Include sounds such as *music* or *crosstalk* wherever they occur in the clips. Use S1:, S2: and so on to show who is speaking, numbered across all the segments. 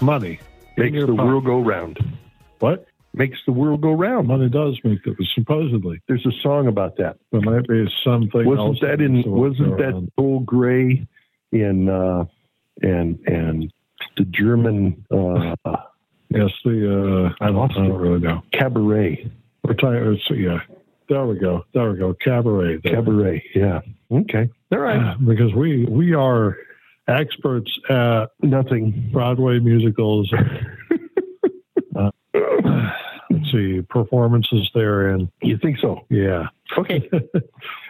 S1: money
S2: In
S1: makes
S2: your
S1: the
S2: pocket.
S1: world go round.
S2: What?
S1: Makes the world go round.
S2: Money does make the supposedly.
S1: There's a song about that.
S2: There might be something else
S1: wasn't that in?
S2: that's
S1: Wasn't that
S2: around.
S1: Bull Gray in uh, and and the German uh,
S2: Yes, the uh,
S1: I lost
S2: I
S1: it.
S2: don't really know.
S1: cabaret?
S2: We're talking. It's, yeah, there we go. There we go. Cabaret. There.
S1: Cabaret. Yeah. Okay. All right.
S2: Uh, because we we are experts at
S1: Nothing.
S2: Broadway musicals. uh, let's see performances therein.
S1: You think so?
S2: Yeah, *laughs*
S1: Okay.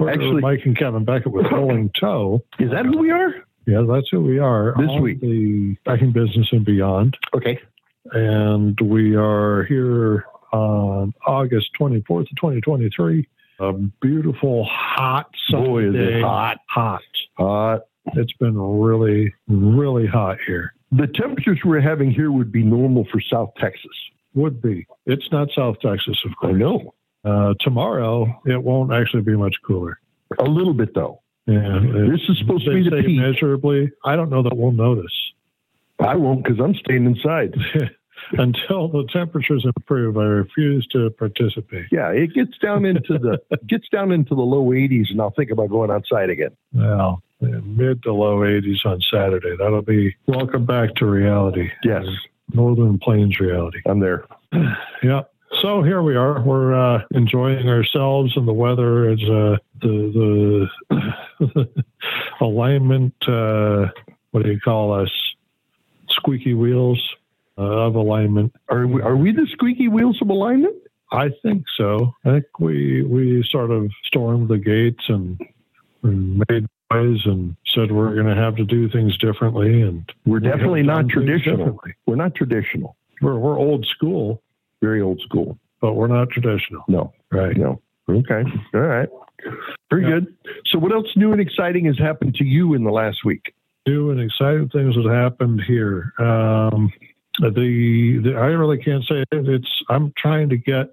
S2: We're-
S1: Actually-
S2: Mike and Kevin Beckett with Rolling Toe.
S1: Is that who we are?
S2: Yeah, that's who we are.
S1: This
S2: on
S1: week.
S2: the backing business and beyond,
S1: Okay.
S2: and we are here on August twenty fourth, twenty twenty three. A beautiful, hot sunny
S1: Boy, is it
S2: day.
S1: hot.
S2: Hot.
S1: Uh,
S2: It's been really, really hot here.
S1: the temperatures we're having here would be normal for South Texas.
S2: Would be. It's not South Texas, of
S1: I
S2: course.
S1: know.
S2: Uh, tomorrow, it won't actually be much cooler.
S1: A little bit though.
S2: Yeah, it-
S1: This is supposed to
S2: they
S1: be the
S2: say
S1: peak.
S2: measurably. I don't know that we'll notice
S1: I won't because I'm staying inside.
S2: *laughs* until the temperatures improve. I refuse to participate.
S1: Yeah, it gets down into
S2: *laughs*
S1: the gets down into the low 80s, and I'll think about going outside again.
S2: Well, mid to low 80s on Saturday. That'll be welcome back to reality.
S1: Yes,
S2: Northern Plains reality.
S1: I'm there.
S2: Yeah. So here we are. We're uh, enjoying ourselves, and the weather is uh, the the *laughs* alignment. Uh, what do you call us? Squeaky wheels uh, of alignment.
S1: Are we, are we the squeaky wheels of alignment?
S2: I think so. I think we we sort of stormed the gates and, and made ways and said we're going to have to do things differently. And
S1: We're
S2: we have
S1: definitely
S2: done
S1: not
S2: things
S1: traditional.
S2: differently.
S1: We're not traditional.
S2: We're we're old school,
S1: Very old school.
S2: but we're not traditional,
S1: No,
S2: right?
S1: no. Okay, all right. Very
S2: Yeah.
S1: good. So, what else new and exciting has happened to you in the last week?
S2: new and exciting things that happened here. Um, the, the I really can't say it. it's. I'm trying to get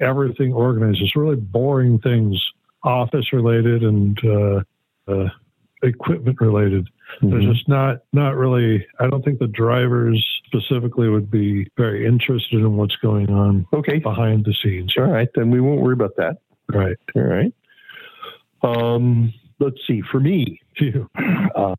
S2: everything organized. It's really boring things, office related and uh, uh, equipment related.
S1: Mm-hmm.
S2: There's just not not really. I don't think the drivers specifically would be very interested in what's going on
S1: Okay,
S2: behind the scenes.
S1: all right. Then we won't worry about that.
S2: Right.
S1: All right. Um, let's see. For me,
S2: *laughs* You
S1: Uh,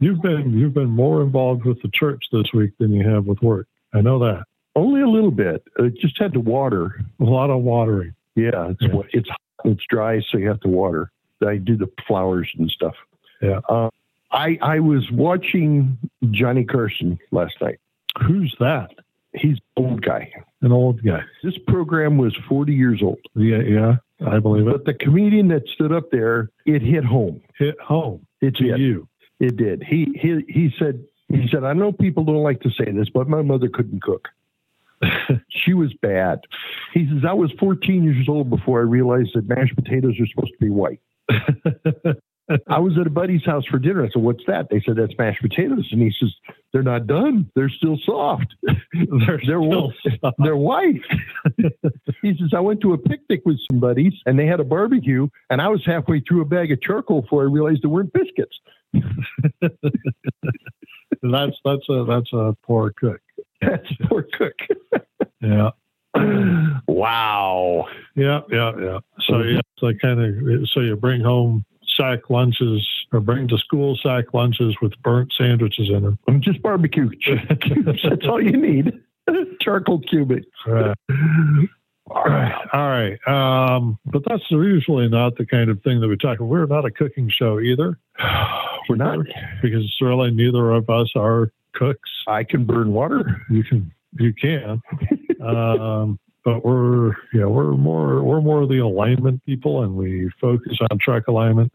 S2: you've been you've been more involved with the church this week than you have with work. I know that.
S1: only a little bit. I just had to water
S2: A lot of watering.
S1: Yeah, it's
S2: Yeah.
S1: wa- it's hot, it's dry, so you have to water. I do the flowers and stuff.
S2: Yeah.
S1: Uh, I I was watching Johnny Carson last night.
S2: Who's that?
S1: He's an old guy.
S2: An old guy.
S1: This program was 40 years old,
S2: Yeah, yeah, I believe it.
S1: but the comedian that stood up there, it hit home.
S2: Hit home
S1: It
S2: to
S1: did.
S2: you.
S1: It did. He he he said he said I know people don't like to say this, but my mother couldn't
S2: *laughs*
S1: cook. she was bad. He says I was 14 years old before I realized that mashed potatoes are supposed to be white.
S2: *laughs*
S1: I was at a buddy's house for dinner. I said, "What's that?" They said, "That's mashed potatoes." And he says, "They're not done. They're still soft. *laughs*
S2: They're
S1: They're
S2: still soft.
S1: They're
S2: *laughs*
S1: white." he says, "I went to a picnic with some buddies, and they had a barbecue, and I was halfway through a bag of charcoal before I realized there weren't
S2: *laughs*
S1: biscuits."
S2: that's that's a that's a poor cook.
S1: *laughs* That's poor cook.
S2: Yeah,
S1: wow.
S2: yeah, yeah, yeah. So
S1: Mm-hmm.
S2: yeah, so kind of so you bring home sack lunches or bring to school sack lunches with burnt sandwiches in them.
S1: I'm just barbecue cubes. That's all you need. *laughs* charcoal cubing.
S2: Right. *laughs* All right. Um, but that's usually not the kind of thing that we talk about. We're not a cooking show either
S1: We're not.
S2: because really neither of us are cooks.
S1: I can burn water.
S2: you can you can um but we're yeah we're more we're more the alignment people and we focus on track alignment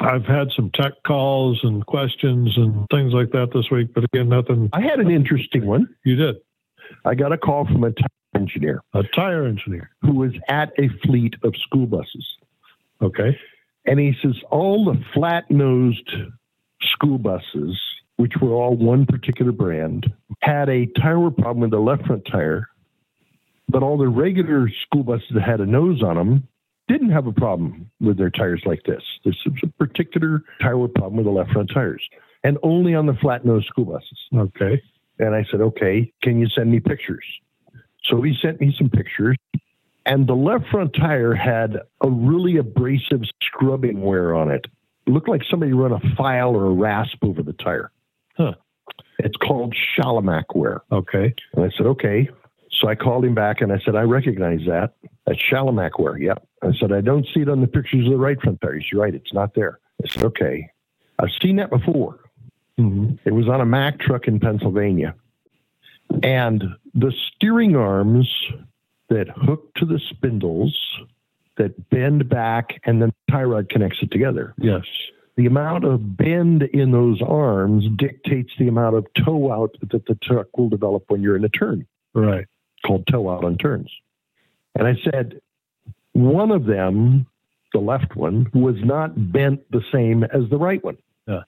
S2: i've had some tech calls and questions and things like that this week but again nothing
S1: I had an interesting one.
S2: you did
S1: I got a call from a tire engineer.
S2: a tire engineer
S1: who was at a fleet of school buses.
S2: okay
S1: And he says, all the flat nosed school buses, which were all one particular brand, had a tire problem with the left front tire. But all the regular school buses that had a nose on them didn't have a problem with their tires like this. This is a particular tire problem with the left front tires, and only on the flat nosed school buses.
S2: okay
S1: And I said, okay, can you send me pictures? So he sent me some pictures. And the left front tire had a really abrasive scrubbing wear on it. it looked like somebody run a file or a rasp over the tire.
S2: Huh.
S1: It's called Shalamac wear.
S2: Okay.
S1: And I said, okay. So I called him back and I said, I recognize that. That's Shalamac wear. Yep. I said, I don't see it on the pictures of the right front tires. You're right. It's not there. I said, okay. I've seen that before.
S2: Mhm.
S1: It was on a Mack truck in Pennsylvania. And the steering arms that hook to the spindles that bend back and then the tie rod connects it together.
S2: Yes.
S1: The amount of bend in those arms dictates the amount of toe out that the truck will develop when you're in a turn
S2: Right.
S1: called toe out on turns. And I said, one of them, the left one, was not bent the same as the right one.
S2: Yes.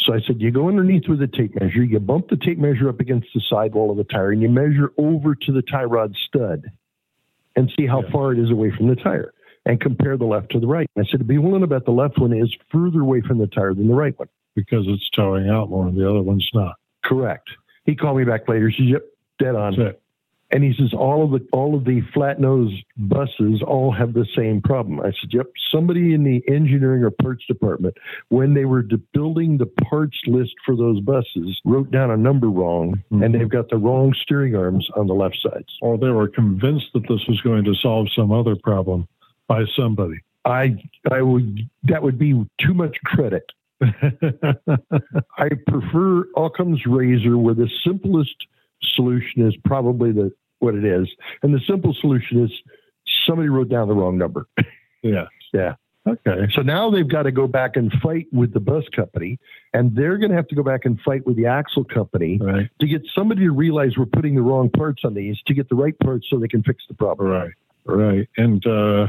S1: So I said, you go underneath with a tape measure, you bump the tape measure up against the sidewall of the tire, and you measure over to the tie rod stud and see how
S2: Yeah.
S1: far it is away from the tire and compare the left to the right. And I said, be willing to bet the left one is further away from the tire than the right one.
S2: Because it's towing out more and the other one's not.
S1: Correct. He called me back later. He says, yep, dead on.
S2: That's it.
S1: And he says all of the all of the flat nose buses all have the same problem. I said, "Yep, somebody in the engineering or parts department, when they were de- building the parts list for those buses, wrote down a number wrong, and
S2: Mhm.
S1: they've got the wrong steering arms on the left sides."
S2: Or they were convinced that this was going to solve some other problem by somebody.
S1: I I would that would be too much credit. *laughs* I prefer Occam's razor, where the simplest solution is probably the what it is, and the simple solution is somebody wrote down the wrong number.
S2: *laughs* yeah.
S1: Yeah.
S2: Okay.
S1: So now they've got to go back and fight with the bus company, and they're going to have to go back and fight with the axle company
S2: Right.
S1: to get somebody to realize we're putting the wrong parts on these to get the right parts so they can fix the problem.
S2: Right. Right. And uh,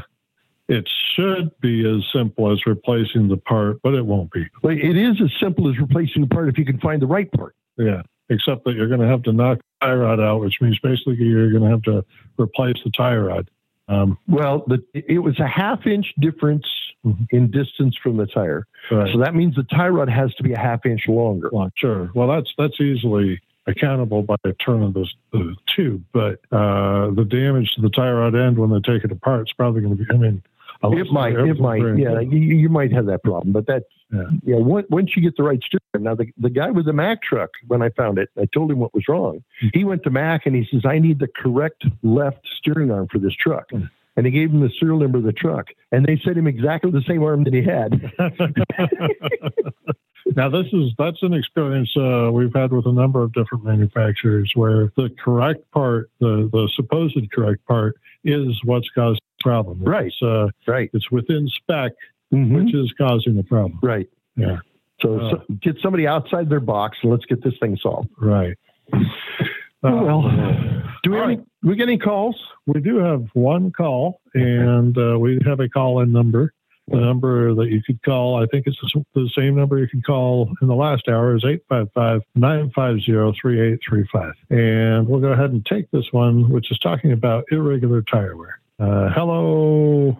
S2: it should be as simple as replacing the part, but it won't be.
S1: But it is as simple as replacing the part if you can find the right part.
S2: Yeah, except that you're going to have to knock the tie rod out, which means basically you're going to have to replace the tie rod. Um,
S1: Well, the, it was a half inch difference
S2: Mhm.
S1: in distance from the tire.
S2: right.
S1: So that means the tie rod has to be a half inch longer.
S2: Well, sure. Well, that's that's easily accountable by a turn of the, the tube, but uh, the damage to the tie rod end when they take it apart is probably going to be. I mean, unless
S1: It might, it
S2: everything's
S1: might,
S2: very-
S1: yeah. You, you might have that problem, but that,
S2: Yeah.
S1: yeah. on- once you get the right steering, now the, the guy with the Mack truck, when I found it, I told him what was wrong. He went to Mack and he says, "I need the correct left steering arm for this truck,"
S2: Hmm.
S1: and he gave him the serial number of the truck, and they sent him exactly the same arm that he
S2: *laughs*
S1: had.
S2: now this is that's an experience uh, we've had with a number of different manufacturers where the correct part the, the supposed correct part is what's caused the problem
S1: Right.
S2: it's, uh,
S1: Right,
S2: it's within spec
S1: Mhm.
S2: which is causing the problem
S1: right.
S2: Yeah.
S1: So,
S2: Uh.
S1: so get somebody outside their box and let's get this thing solved.
S2: right Uh,
S1: Oh, well. Do we
S2: All
S1: have any, we get any calls?
S2: we do have one call and uh, we have a call-in number the number that you could call i think it's the s- the same number you could call in the last hour is 855-950-3835 and we'll go ahead and take this one which is talking about irregular tire wear uh, hello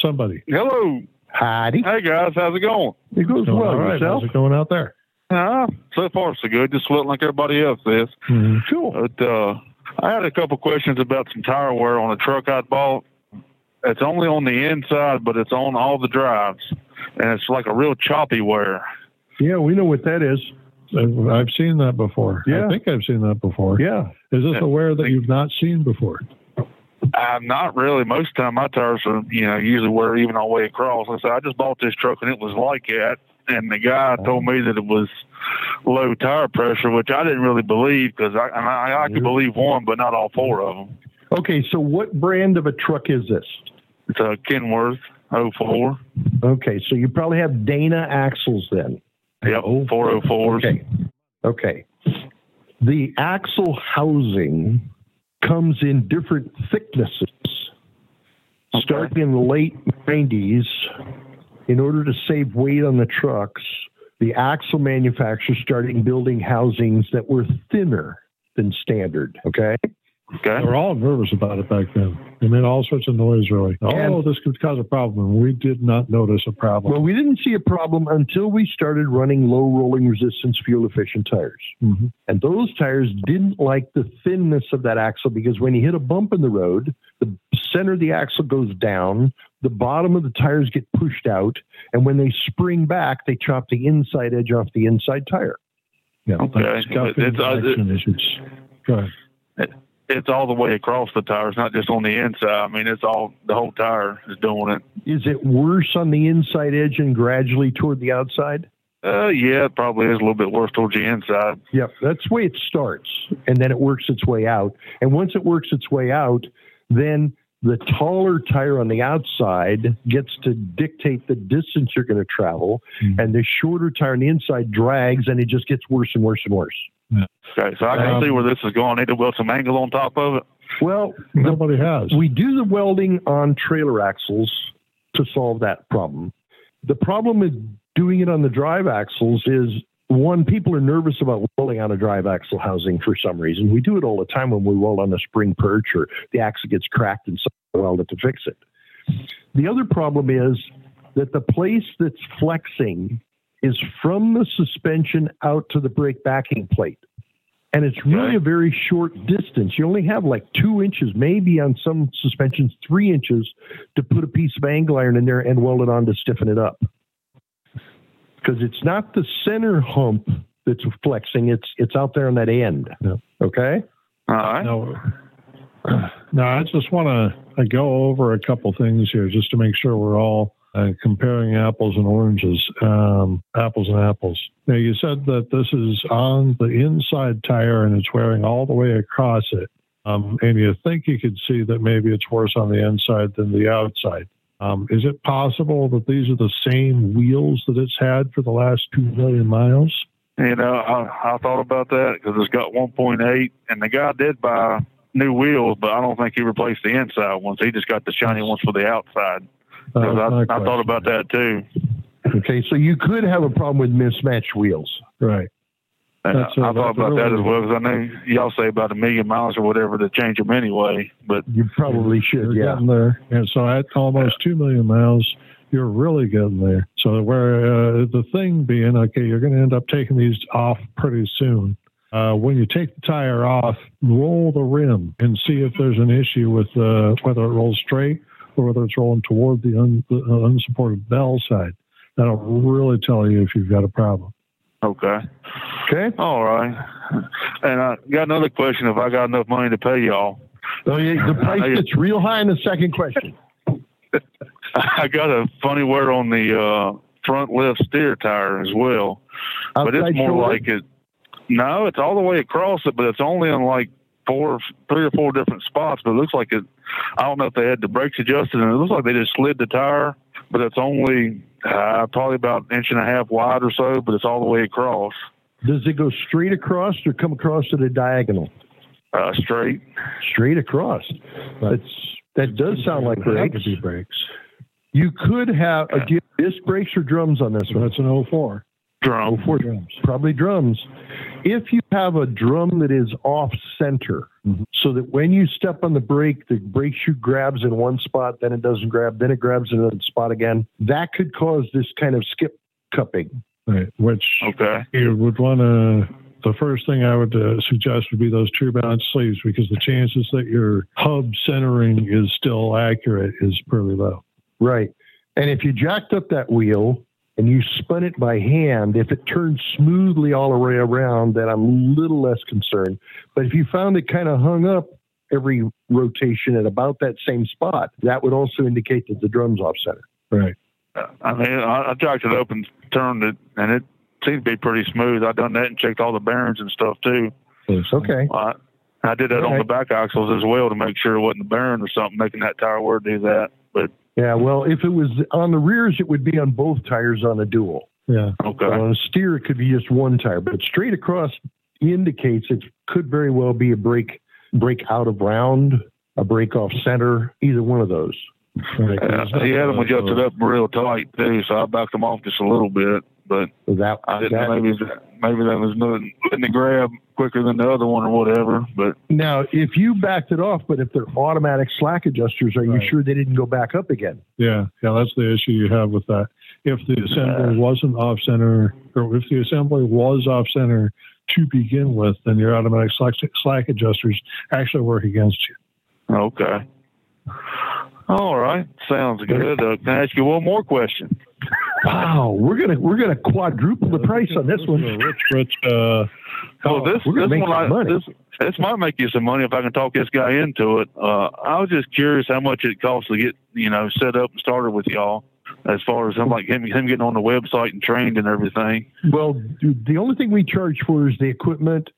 S2: somebody
S3: Hello.
S1: Heidi,
S3: Hey guys, how's it going?
S1: it goes
S2: Going
S1: well
S2: all right.
S1: yourself.
S2: how's it going out there
S3: Uh, so far so good. Just floating like everybody else is.
S2: Mhm.
S1: Mm-hmm. Cool.
S3: But uh, I had a couple questions about some tire wear on a truck I bought. It's only on the inside, but it's on all the drives, and it's like a real choppy wear.
S1: Yeah, we know what that is.
S2: I've- i've seen that before i
S1: Yeah.
S2: think i've seen that before
S1: Yeah.
S2: is this
S3: Yeah.
S2: a wear that you've not seen before
S3: I'm Uh, not really. Most of the time, my tires are, you know, usually wear even all the way across. And so I just bought this truck, and it was like that. And the guy told me that it was low tire pressure, which I didn't really believe because I, and I I could believe one, but not all four of them.
S1: Okay, so what brand of a truck is this?
S3: It's a Kenworth 04.
S1: Okay, so you probably have Dana axles then.
S3: Yep, 404s.
S1: Okay. Okay. The axle housing comes in different thicknesses. Starting in the late 90s, in order to save weight on the trucks, the axle manufacturers started building housings that were thinner than standard. Okay.
S3: Okay.
S2: They were all nervous about it back then. They made all sorts of noise, really. Oh,
S1: And-
S2: this could cause a problem. We did not notice a problem.
S1: Well, we didn't see a problem until we started running low rolling resistance, fuel efficient tires.
S2: Mhm.
S1: And those tires didn't like the thinness of that axle because when you hit a bump in the road, the center of the axle goes down, the bottom of the tires get pushed out, and when they spring back, they chop the inside edge off the inside tire.
S2: Yeah,
S3: Okay.
S2: that's got
S3: But it's- uh,
S2: interaction issues. Go ahead.
S3: It's all the way across the tire. It's not just on the inside. I mean, it's all the whole tire is doing it.
S1: Is it worse on the inside edge and gradually toward the outside?
S3: Uh, yeah, it probably is a little bit worse towards the inside.
S1: Yep, that's the way it starts, and then it works its way out. And once it works its way out, then the taller tire on the outside gets to dictate the distance you're going to travel,
S2: Mhm.
S1: and the shorter tire on the inside drags, and it just gets worse and worse and worse.
S3: Okay, so I can
S2: Um,
S3: see where this is going. Need to weld some angle on top of it.
S1: Well, the,
S2: Nobody has.
S1: we do the welding on trailer axles to solve that problem. The problem with doing it on the drive axles is one, people are nervous about welding on a drive axle housing for some reason. We do it all the time when we weld on a spring perch or the axle gets cracked and someone weld it to fix it. The other problem is that the place that's flexing is from the suspension out to the brake backing plate. And it's really
S3: Okay.
S1: a very short distance. You only have like two inches, maybe on some suspensions, three inches to put a piece of angle iron in there and weld it on to stiffen it up. Because it's not the center hump that's flexing, it's it's out there on that end.
S2: Yeah.
S1: Okay?
S3: All right.
S2: No. Now, I just want to go over a couple things here just to make sure we're all uh, comparing apples and oranges, um, apples and apples. Now, you said that this is on the inside tire and it's wearing all the way across it. Um, and you think you could see that maybe it's worse on the inside than the outside. Um, is it possible that these are the same wheels that it's had for the last 2 million miles?
S3: You know, I, I thought about that because it's got 1.8, and the guy did buy new wheels, but I don't think he replaced the inside ones. He just got the shiny ones for the outside.
S2: That
S3: 'Cause
S2: was my
S3: I, I
S2: question.
S3: thought about that too.
S1: Okay, so you could have a problem with mismatched wheels.
S2: Right.
S3: And
S2: That's, uh,
S3: I thought
S2: that's
S3: about that as
S2: really-
S3: well because I know y'all say about a million miles or whatever to change them anyway. But
S1: You probably should,
S2: You're
S1: yeah.
S2: getting there. And so at almost 2 million miles, you're really getting there. So where uh, the thing being, okay, you're going to end up taking these off pretty soon. Uh, when you take the tire off, roll the rim and see if there's an issue with uh, whether it rolls straight or whether it's rolling toward the, un- the uh, unsupported bell side. That'll really tell you if you've got a problem.
S3: okay,
S1: Okay.
S3: all right. And I got another question: If I got enough money to pay y'all,
S1: So you, Oh, the price
S3: I-
S1: gets real high in the second question.
S3: I got a funny word on the uh, front left steer tire as well. but
S1: Outside
S3: it's more
S1: shoulder?
S3: like it. No, it's all the way across it, but it's only in like four, three or four different spots. But it looks like it. I don't know if they had the brakes adjusted, and it looks like they just slid the tire. But it's only uh, probably about an inch and a half wide or so, but it's all the way across,
S1: Does it go straight across or come across at a diagonal?
S3: uh, straight.
S1: Straight across. That's that does sound like
S2: That
S1: brakes.
S2: could be brakes.
S1: You could have uh, do you have disc brakes or drums on this
S2: So
S1: one.
S2: that's an 04.
S3: Drum.
S1: four
S2: drums.
S1: probably drums. If you have a drum that is off center,
S2: Mhm.
S1: so that when you step on the brake, the brake shoe grabs in one spot, then it doesn't grab, then it grabs in another spot again, that could cause this kind of skip cupping.
S2: Right, which
S3: Okay.
S2: you would want to the first thing i would uh, suggest would be those true balance sleeves because the chances that your hub centering is still accurate is pretty low
S1: Right. And if you jacked up that wheel and you spun it by hand, if it turned smoothly all the way around, then I'm a little less concerned. But if you found it kind of hung up every rotation at about that same spot, that would also indicate that the drum's off center.
S2: right
S3: Uh, I mean, I, I jacked it up and turned it, and it seemed to be pretty smooth. I done that and checked all the bearings and stuff too.
S1: Okay.
S3: I, I did that on
S1: Okay.
S3: the back axles as well to make sure it wasn't a bearing or something making that tire wear do that. But
S1: Yeah, well, if it was on the rears, it would be on both tires on a dual.
S2: yeah
S3: okay.
S1: On a steer, it could be just one tire, but straight across indicates it could very well be a break, break out of round, a break off center, either one of those.
S2: right
S3: Yeah, he had them adjusted up real tight too, so I backed them off just a little bit. but
S1: That,
S3: I didn't
S1: that-
S3: know maybe that, maybe that was nothing in the grab quicker than the other one or whatever. But
S1: now, if you backed it off, but if they're automatic slack adjusters, are
S2: Right.
S1: you sure they didn't go back up again?
S2: Yeah, yeah, that's the issue you have with that. If the assembly wasn't off center, or if the assembly was off center to begin with, then your automatic slack, slack adjusters actually work against you.
S3: okay. All right, sounds good. Uh, can I ask you one more question?
S1: Wow, we're gonna we're gonna quadruple the price on this
S2: Those are
S1: one.
S2: Rich, rich. Uh,
S3: Well, this
S1: Oh, we're gonna
S3: this
S1: make
S3: one,
S1: some
S3: I,
S1: money.
S3: this this might make you some money if I can talk this guy into it. Uh, I was just curious how much it costs to get you know set up and started with y'all, as far as him like him him getting on the website and trained and everything.
S1: Well, dude, the only thing we charge for is the equipment,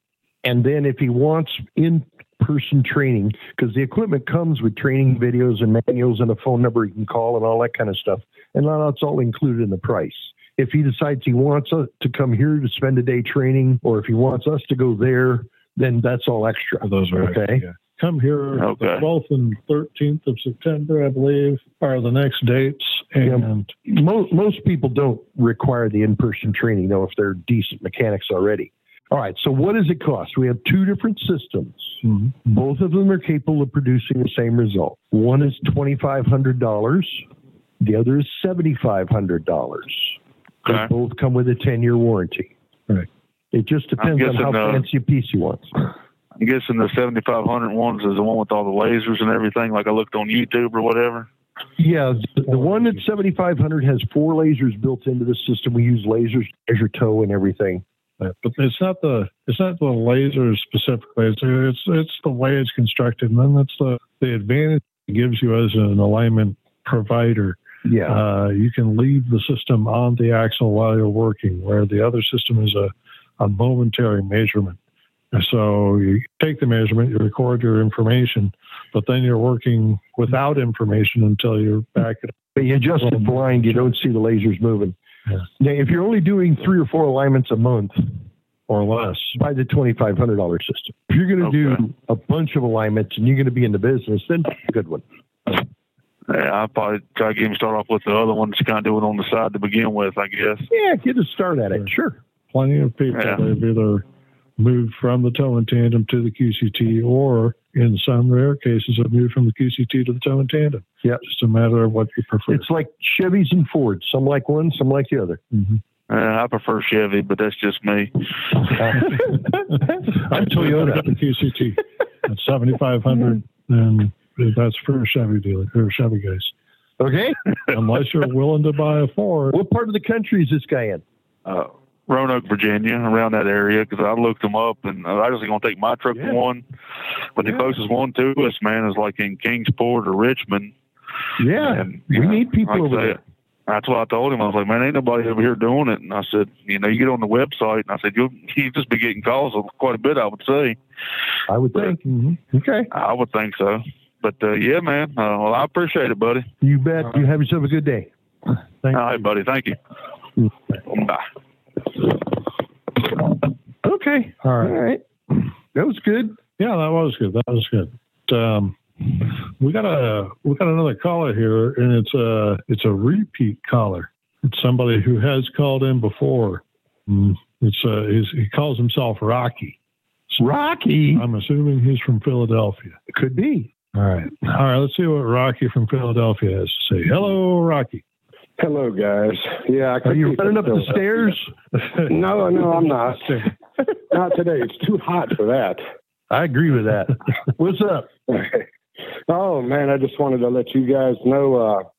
S1: and then if he wants in-person training, because the equipment comes with training videos and manuals and a phone number he can call and all that kind of stuff, and now that's all included in the price. If he decides he wants us to come here to spend a day training, or if he wants us to go there, then that's all extra.
S2: those are
S1: Okay.
S2: yeah. Come here the
S3: Okay.
S2: 12th and 13th of September, I believe, are the next dates. And
S1: Mo- most people don't require the in-person training though if they're decent mechanics already. All right, so what does it cost? We have two different systems.
S2: Mhm.
S1: Both of them are capable of producing the same result. One is $2,500. The other is $7,500. They
S3: Okay.
S1: both come with a 10-year warranty.
S2: Right.
S1: It just depends on
S3: guessing,
S1: how
S3: uh,
S1: fancy a piece you want.
S3: I'm guessing the 7500 ones is the one with all the lasers and everything, like I looked on YouTube or whatever.
S1: Yeah, the, the one at 7,500 has four lasers built into the system. We use lasers to measure toe and everything.
S2: But it's not the it's not the laser specifically. It's it's, it's the way it's constructed, and then that's the the advantage it gives you as an alignment provider.
S1: Yeah.
S2: Uh, you can leave the system on the axle while you're working, where the other system is a a momentary measurement. And So you take the measurement, you record your information, but then you're working without information until you're back at
S1: But you adjust it blind, you don't see the lasers moving.
S2: Yeah.
S1: Now, if you're only doing three or four alignments a month,
S2: or less.
S1: buy the $2,500 system. If you're going to
S3: Okay.
S1: do a bunch of alignments and you're going to be in the business, then buy a good one.
S3: Yeah, I'll probably try to get him to start off with the other one, just kind of do it on the side to begin with, I guess.
S1: Yeah, get a start at it. Sure.
S2: plenty of people
S3: Yeah.
S2: they've either moved from the tow and tandem to the QCT, or in some rare cases, have moved from the QCT to the tow and tandem.
S1: Yep.
S2: just a matter of
S1: *laughs*
S2: what you prefer.
S1: It's like Chevys and Fords. Some like one, some like the other.
S2: Mhm.
S3: Uh, I prefer Chevy, but that's just
S1: *laughs*
S3: me.
S1: I'm Toyota.
S2: The QCT at seventy five hundred, and that's for Chevy dealer or Chevy guys.
S1: Okay.
S2: Unless you're willing to buy a Ford,
S1: What part of the country is this guy in?
S3: Uh, Roanoke, Virginia, around that area, because I looked them up, and uh, I was going to take my truck
S1: Yeah.
S3: to one, but the
S1: Yeah.
S3: closest one to us, man, is like in Kingsport or Richmond.
S1: Yeah.
S3: And,
S1: We
S3: you know,
S1: need people
S3: like I
S1: over
S3: said,
S1: there.
S3: That's what I told him. I was like, man, ain't nobody over here doing it. And I said, you know, you get on the website, and I said, you'll, you'll just be getting calls quite a bit, I would say.
S1: I would think.
S2: Mm-hmm.
S1: Okay.
S3: I would think so. But uh, yeah, man. Uh, well, I appreciate it, buddy.
S1: You bet. You have yourself a good day.
S2: thank
S3: All right, buddy. Thank you.
S1: Mm.
S3: Bye.
S1: Okay.
S2: All
S1: All
S2: right.
S1: right. That was good.
S2: Yeah, that was good. That was good. Um, we got a we got another caller here, and it's a it's a repeat caller. It's somebody who has called in before. Mm, It's uh, he's, he calls himself Rocky.
S1: Rocky
S2: I'm assuming he's from Philadelphia.
S1: could be.
S2: All right, all right. Let's see what Rocky from Philadelphia has to say. Hello, Rocky.
S4: Hello, guys. Yeah, I
S1: Are
S4: could
S1: you
S4: be
S1: running up the
S4: fulfilled.
S1: stairs?
S4: *laughs* No, no, I'm not.
S1: *laughs*
S4: not today. It's too hot for that.
S1: I agree
S4: *laughs*
S1: with that. What's up?
S4: oh man, I just wanted to let you guys know.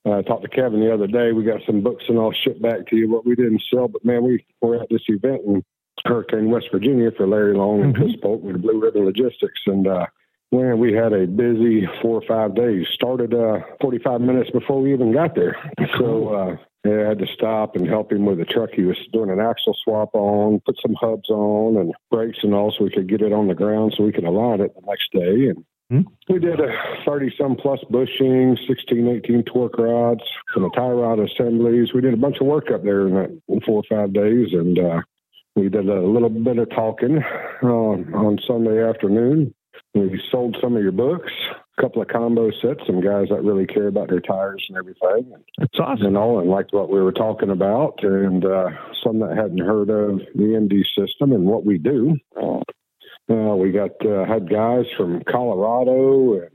S4: Uh, I talked to Kevin the other day. We got some books and all shipped back to you. What we didn't sell, but man, we were at this event in Hurricane West Virginia for Larry Long and
S1: Mhm.
S4: Chris Polk with Blue Ribbon Logistics, and uh, man, we had a busy four or five days. Started uh, 45 minutes before we even got there. So uh, yeah, I had to stop and help him with the truck. He was doing an axle swap on, put some hubs on and brakes and all, so we could get it on the ground so we could align it the next day. And
S1: Hmm?
S4: we did a 30 some plus bushing, 16, 18 torque rods, some tie rod assemblies. We did a bunch of work up there in, that, in four or five days. And uh, we did a little bit of talking um, on Sunday afternoon. We sold some of your books couple of combo sets, some guys that really care about their tires and everything
S1: That's awesome.
S4: and all and liked what we were talking about and uh, some that hadn't heard of the MD system and what we do. Uh, we got uh, had guys from Colorado and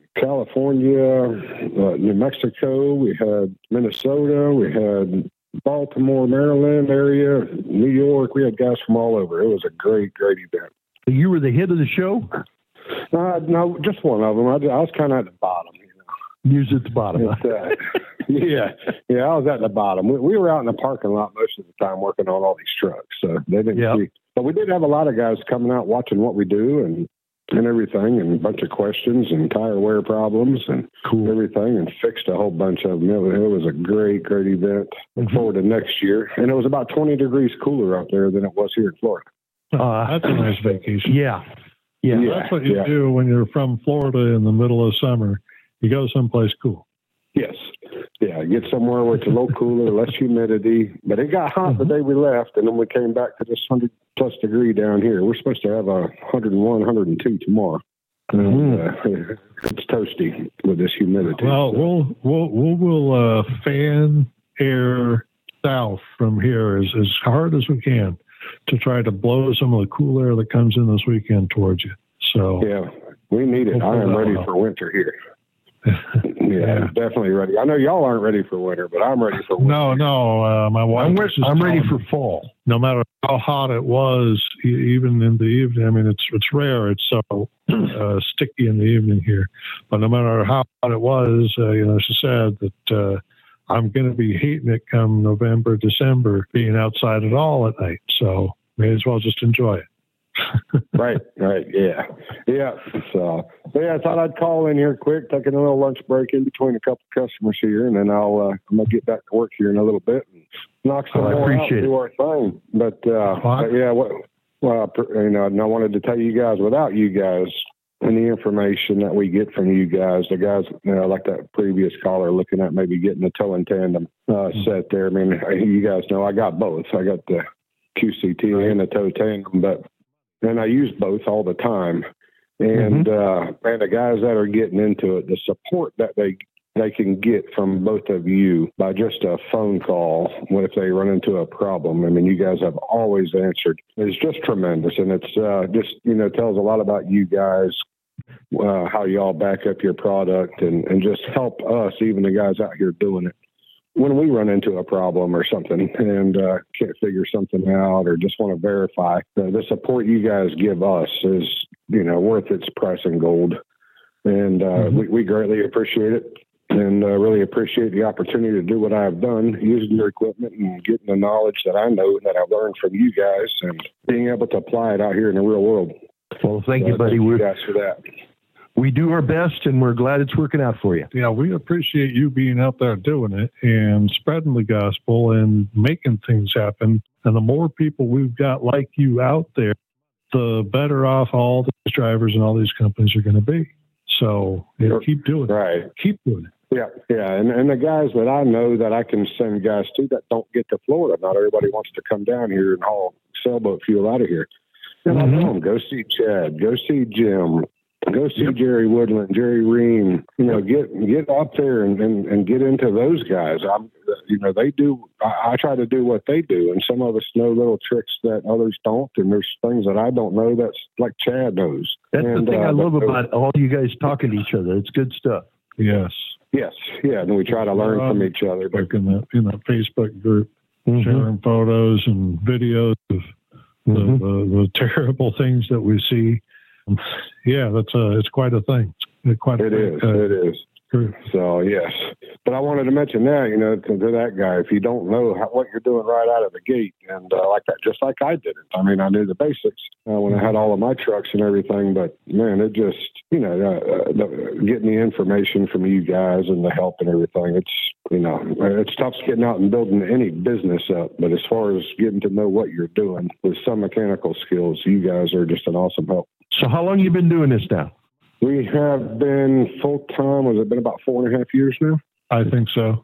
S4: California, uh, New Mexico. We had Minnesota. We had Baltimore, Maryland area, New York. We had guys from all over. It was a great, great event.
S1: You were the hit of the show.
S4: Uh, no, just one of them. I, I was kind of at the bottom. you know.
S1: News at the bottom.
S4: It's, uh, *laughs* yeah, yeah, I was at the bottom. We, we were out in the parking lot most of the time working on all these trucks, so they didn't
S1: Yep.
S4: see. But we did have a lot of guys coming out watching what we do and and everything, and a bunch of questions and tire wear problems and
S1: Cool.
S4: everything, and fixed a whole bunch of them. It was, it was a great, great event. Look
S1: Mhm.
S4: forward to next year. And it was about 20 degrees cooler out there than it was here in Florida.
S1: Uh,
S2: That's a nice vacation.
S1: yeah. Yeah.
S4: Yeah.
S2: That's what you
S4: yeah.
S2: do when you're from Florida in the middle of summer. You go someplace cool.
S4: Yes. Yeah, get somewhere where it's a little cooler, less humidity. But it got hot the day we left, and then we came back to this 100 plus degree down here. We're supposed to have a 101, 102 tomorrow. And, uh, *laughs* it's toasty with this humidity.
S2: Well, we'll we'll we'll, we'll uh, fan air south from here as, as hard as we can to try to blow some of the cool air that comes in this weekend towards you. So
S4: yeah, we need it. I am ready for winter here. yeah, I'm definitely ready. I know y'all aren't ready for winter, but I'm ready for winter.
S2: no, no, uh, my wife.
S1: I'm,
S2: was
S1: re-
S2: just
S1: I'm ready
S2: telling
S1: for
S2: me,
S1: fall.
S2: no matter how hot it was, e- even in the evening. I mean, it's it's rare. It's so *clears throat* uh, sticky in the evening here, but no matter how hot it was, uh, you know, she said that uh, I'm going to be hating it come November, December, being outside at all at night. So may as well just enjoy it.
S4: right, right, yeah, yeah.
S1: uh,
S4: So, but yeah, I thought I'd call in here quick, taking a little lunch break in between a couple customers here, and then I'll uh, I'm gonna get back to work here in a little bit and knock some
S1: Oh, I
S4: more out,
S1: appreciate
S4: and do our thing. But, uh,
S2: Well, I-
S4: but yeah, what, well, I- you know, and I wanted to tell you guys without you guys and the information that we get from you guys, the guys, you know, like that previous caller looking at maybe getting a tow and tandem uh,
S1: Mm-hmm.
S4: set there. I mean, you guys know I got both. I got the QCT and the tow tandem, but and I use both all the time. And uh, and the guys that are getting into it, the support that they they can get from both of you by just a phone call when if they run into a problem. I mean, you guys have always answered. It's just tremendous, and it's uh, just you know tells a lot about you guys. Uh, how y'all back up your product and, and just help us, even the guys out here doing it, when we run into a problem or something and uh, can't figure something out or just want to verify. The, the support you guys give us is, you know, worth its price in gold. And uh,
S1: Mm-hmm.
S2: Mhm.
S4: we, we greatly appreciate it and uh, really appreciate the opportunity to do what I've done, using your equipment and getting the knowledge that I know and that I learned from you guys and being able to apply it out here in the real world.
S1: Well, thank
S4: So
S1: you, buddy.
S4: Thank you
S1: We
S4: guys for that.
S1: we do our best, and we're glad it's working out for you.
S2: Yeah, we appreciate you being out there doing it and spreading the gospel and making things happen. And the more people we've got like you out there, the better off all these drivers and all these companies are going to be. So yeah,
S4: Sure.
S2: keep doing it.
S4: Right.
S2: Keep doing it.
S4: Yeah, yeah, and and the guys that I know that I can send guys to that don't get to Florida. Not everybody wants to come down here and haul sailboat fuel out of here. And
S1: Mm-hmm.
S4: I tell them, go see Chad, go see Jim, go see Jerry Woodland, Jerry Ream. You know, get get up there and, and, and get into those guys. I'm, you know, they do. I, I try to do what they do, and some of us know little tricks that others don't, and there's things that I don't know that's like Chad knows.
S1: That's
S4: And,
S1: the thing
S4: uh,
S1: I love
S4: but-
S1: about all you guys talking to each other. It's good stuff.
S2: Yes.
S4: Yes, yeah, and we try to learn from each other, but
S2: Like in the, in the Facebook group,
S4: Mm-hmm.
S1: Mhm.
S2: sharing photos and videos of
S4: Mm-hmm.
S1: Mhm.
S2: the, the, *laughs* the terrible things that we see. Yeah, that's a, it's quite a thing. It's Quite a
S4: It
S2: thing.
S4: is.
S2: Uh,
S4: It is.
S2: group.
S4: So yes, but I wanted to mention that you know to, to that guy, if you don't know how, what you're doing right out of the gate, and uh, like that, just like I did it. I mean, I knew the basics uh, when I had all of my trucks and everything, but man, it just you know uh, uh, the, getting the information from you guys and the help and everything. It's you know it's tough getting out and building any business up, but as far as getting to know what you're doing with some mechanical skills, you guys are just an awesome help.
S1: So, how long you been doing this now?
S4: We have been full time. Has it been about four and a half years now?
S2: I think so.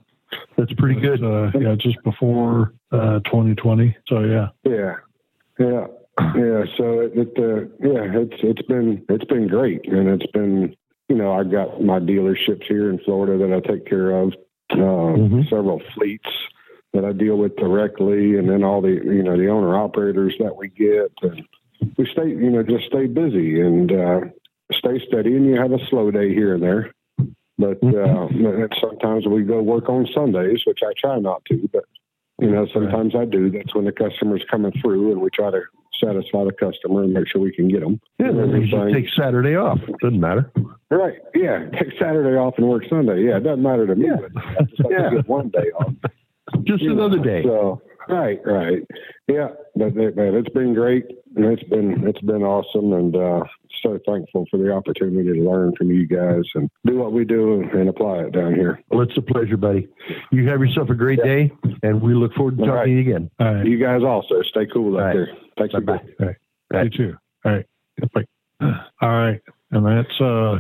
S1: That's pretty good.
S2: Uh, yeah, just before uh, 2020. So yeah,
S4: Yeah, yeah, yeah. So it, it uh, yeah, it's it's been it's been great, and it's been you know, I got my dealerships here in Florida that I take care of, uh,
S1: Mhm.
S4: several fleets that I deal with directly, and then all the you know the owner operators that we get, and we stay you know just stay busy and uh, stay steady, and you have a slow day here and there. But uh, and sometimes we go work on Sundays, which I try not to, but you know sometimes I do. That's when the customer's coming through, and we try to satisfy the customer and make sure we can get them.
S1: Yeah, then you should take Saturday off. Doesn't matter.
S4: Right. Yeah. Take Saturday off and work Sunday. Yeah. It doesn't matter to me.
S1: Yeah.
S4: But I just like
S1: Yeah.
S4: to get one day off.
S1: *laughs* Just
S4: you know,
S1: another day.
S4: So, right. Right. Yeah. But it- man, it's been great. And it's been, it's been awesome. And, uh, so thankful for the opportunity to learn from you guys and do what we do and, and apply it down here.
S1: Well, it's a pleasure, buddy. You have yourself a great day, and we look forward to
S4: All
S1: talking to you again.
S2: All right.
S4: You guys also stay cool out
S1: Right.
S4: there. Thanks
S1: Bye
S4: again.
S1: bye.
S2: You
S1: Right.
S2: too. All right. Bye. All right. And that's uh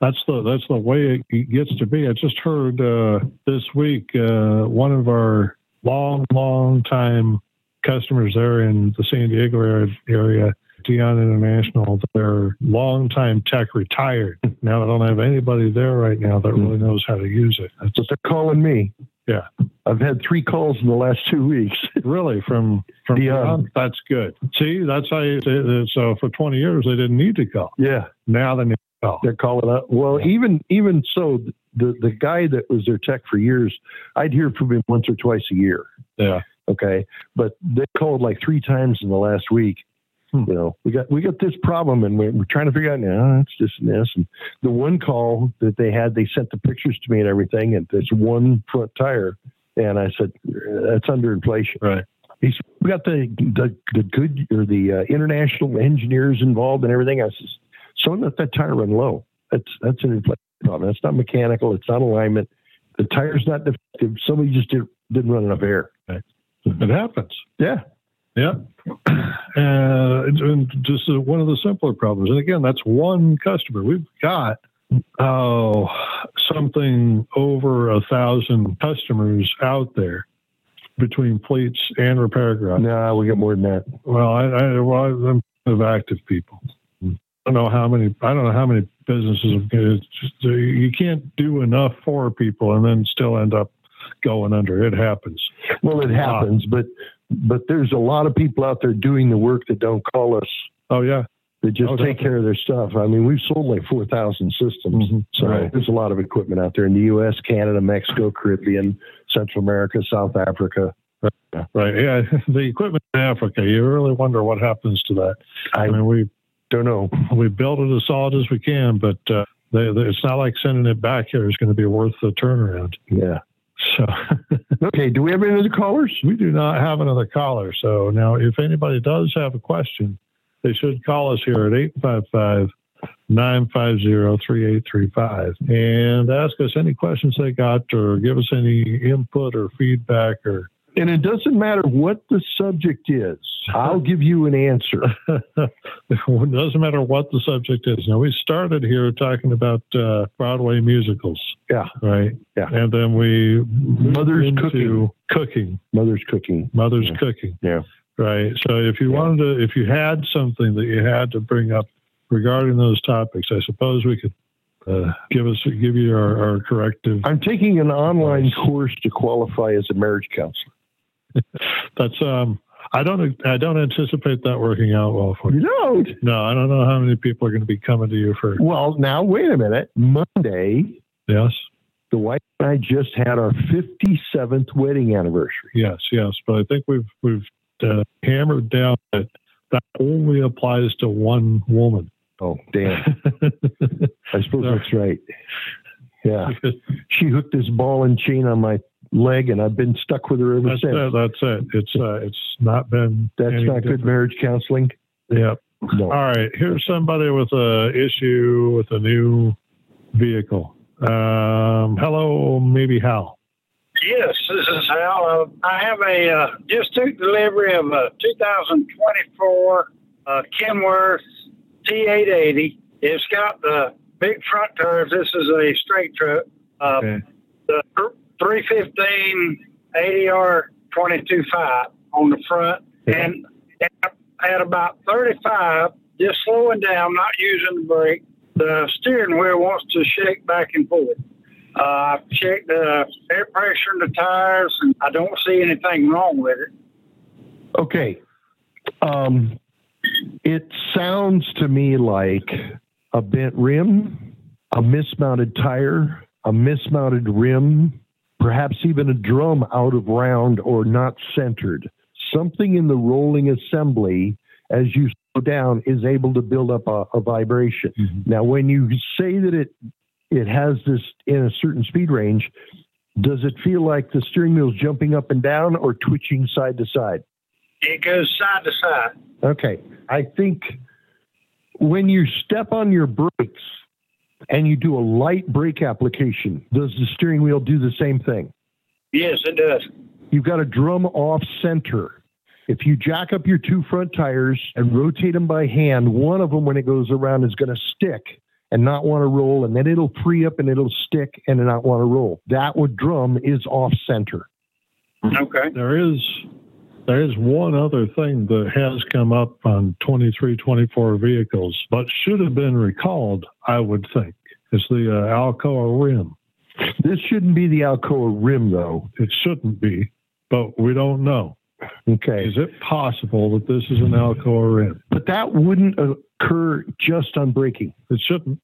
S2: that's the that's the way it gets to be. I just heard uh this week uh one of our long, long time customers there in the San Diego area- area, Dion International, their long time tech retired. Now I don't have anybody there right now that really knows how to use it. That's
S1: Hmm. But they're calling me.
S2: Yeah.
S1: I've had three calls in the last two weeks. *laughs*
S2: Really, from from
S1: Beyond.
S2: that's good. See, that's how. You, so for twenty years, they didn't need to go.
S1: yeah.
S2: Now they need to go.
S1: They're calling up. Well, even even so, the the guy that was their tech for years, I'd hear from him once or twice a year.
S2: Yeah.
S1: Okay, but they called like three times in the last week.
S2: Hmm.
S1: You know, we got we got this problem, and we're, we're trying to figure out now. It's this and this, and the one call that they had, they sent the pictures to me and everything, and this one front tire, and I said that's under inflation.
S2: Right.
S1: He said, we got the the, the good or the uh, international engineers involved and everything. I says, so let that tire run low. That's that's an inflation problem. That's not mechanical. It's not alignment. The tire's not defective. Somebody just did, didn't run enough air.
S2: It happens.
S1: Yeah.
S2: Yeah. Uh, it's- and just uh, one of the simpler problems. And again, that's one customer. We've got oh something over a thousand customers out there between fleets and repair garages.
S1: No, we got more than that.
S2: Well, I, I well, I'm of active people. I don't know how many. I don't know how many businesses. It's just, you can't do enough for people and then still end up going under. It happens.
S1: Well, it happens, but but there's a lot of people out there doing the work that don't call us.
S2: Oh yeah,
S1: That just
S2: Oh,
S1: take care of their stuff. I mean, we've sold like four thousand systems,
S2: Mhm.
S1: so
S2: Right.
S1: there's a lot of equipment out there in the U.S., Canada, Mexico, Caribbean, Central America, South Africa.
S2: right. Yeah, *laughs* the equipment in Africa. You really wonder what happens to that. I,
S1: I
S2: mean, we
S1: don't know.
S2: we build it as solid as we can, but uh, they, they, it's not like sending it back here is going to be worth the turnaround.
S1: Yeah.
S2: So. *laughs*
S1: Okay. Do we have any other callers?
S2: We do not have another caller. So now, if anybody does have a question, they should call us here at 855 950 3835 and ask us any questions they got or give us any input or feedback or.
S1: And it doesn't matter what the subject is. I'll give you an answer.
S2: *laughs* it doesn't matter what the subject is. Now, we started here talking about uh, Broadway musicals.
S1: Yeah.
S2: Right.
S1: Yeah.
S2: And then we moved
S1: Mother's
S2: into
S1: cooking.
S2: cooking.
S1: Mother's cooking.
S2: mother's
S1: Yeah.
S2: cooking.
S1: Yeah.
S2: Right. So if you
S1: Yeah.
S2: wanted to, if you had something that you had to bring up regarding those topics, I suppose we could uh, give us give you our, our corrective.
S1: I'm taking an online course to qualify as a marriage counselor.
S2: That's um. I don't I don't anticipate that working out well for you.
S1: don't?
S2: No, I don't know how many people are going to be coming to you for
S1: Well, now wait a minute. Monday,
S2: yes,
S1: the wife and I just had our 57th wedding anniversary.
S2: yes, yes. But I think we've we've uh, hammered down that that only applies to one woman.
S1: Oh,
S2: *laughs*
S1: damn! I suppose
S2: Sorry.
S1: that's right. Yeah,
S2: Because
S1: she hooked this ball and chain on my leg, and I've been stuck with her ever
S2: that's
S1: since.
S2: it. That's it. It's uh, it's not been
S1: That's
S2: any
S1: not good
S2: different.
S1: marriage counseling.
S2: Yeah.
S1: No.
S2: All right, here's somebody with a issue with a new vehicle. Um, hello, maybe Hal.
S5: Yes, this is Hal. Uh, I have a uh, just took delivery of uh, a 2024 uh, Kenworth T880. It's got the big front tires. This is a straight truck. Uh,
S2: Okay.
S5: The 315 ADR 22.5 on the front, and at- at about 35, just slowing down, not using the brake. the steering wheel wants to shake back and forth. Uh, I've checked the air pressure in the tires, and I don't see anything wrong with it.
S1: Okay. Um, it sounds to me like a bent rim, a mismounted tire, a mismounted rim, perhaps even a drum out of round or not centered. Something in the rolling assembly as you slow down is able to build up a, a vibration. Now, when you say that it it has this in a certain speed range, does it feel like the steering wheel's jumping up and down or twitching side to side?
S5: It goes side to side.
S1: Okay. I think when you step on your brakes and you do a light brake application, does the steering wheel do the same thing?
S5: Yes, it does.
S1: You've got a drum off center. If you jack up your two front tires and rotate them by hand, one of them, when it goes around, is going to stick and not want to roll, and then it'll free up and it'll stick and not want to roll. That one drum is off center.
S5: Okay.
S2: There is there is one other thing that has come up on 23, 24 vehicles, but should have been recalled, I would think. It's the uh, Alcoa rim.
S1: This shouldn't be the Alcoa rim, though.
S2: It shouldn't be, but we don't know.
S1: Okay.
S2: Is it possible that this is an Alcoa rim?
S1: But that wouldn't occur just on braking.
S2: It shouldn't.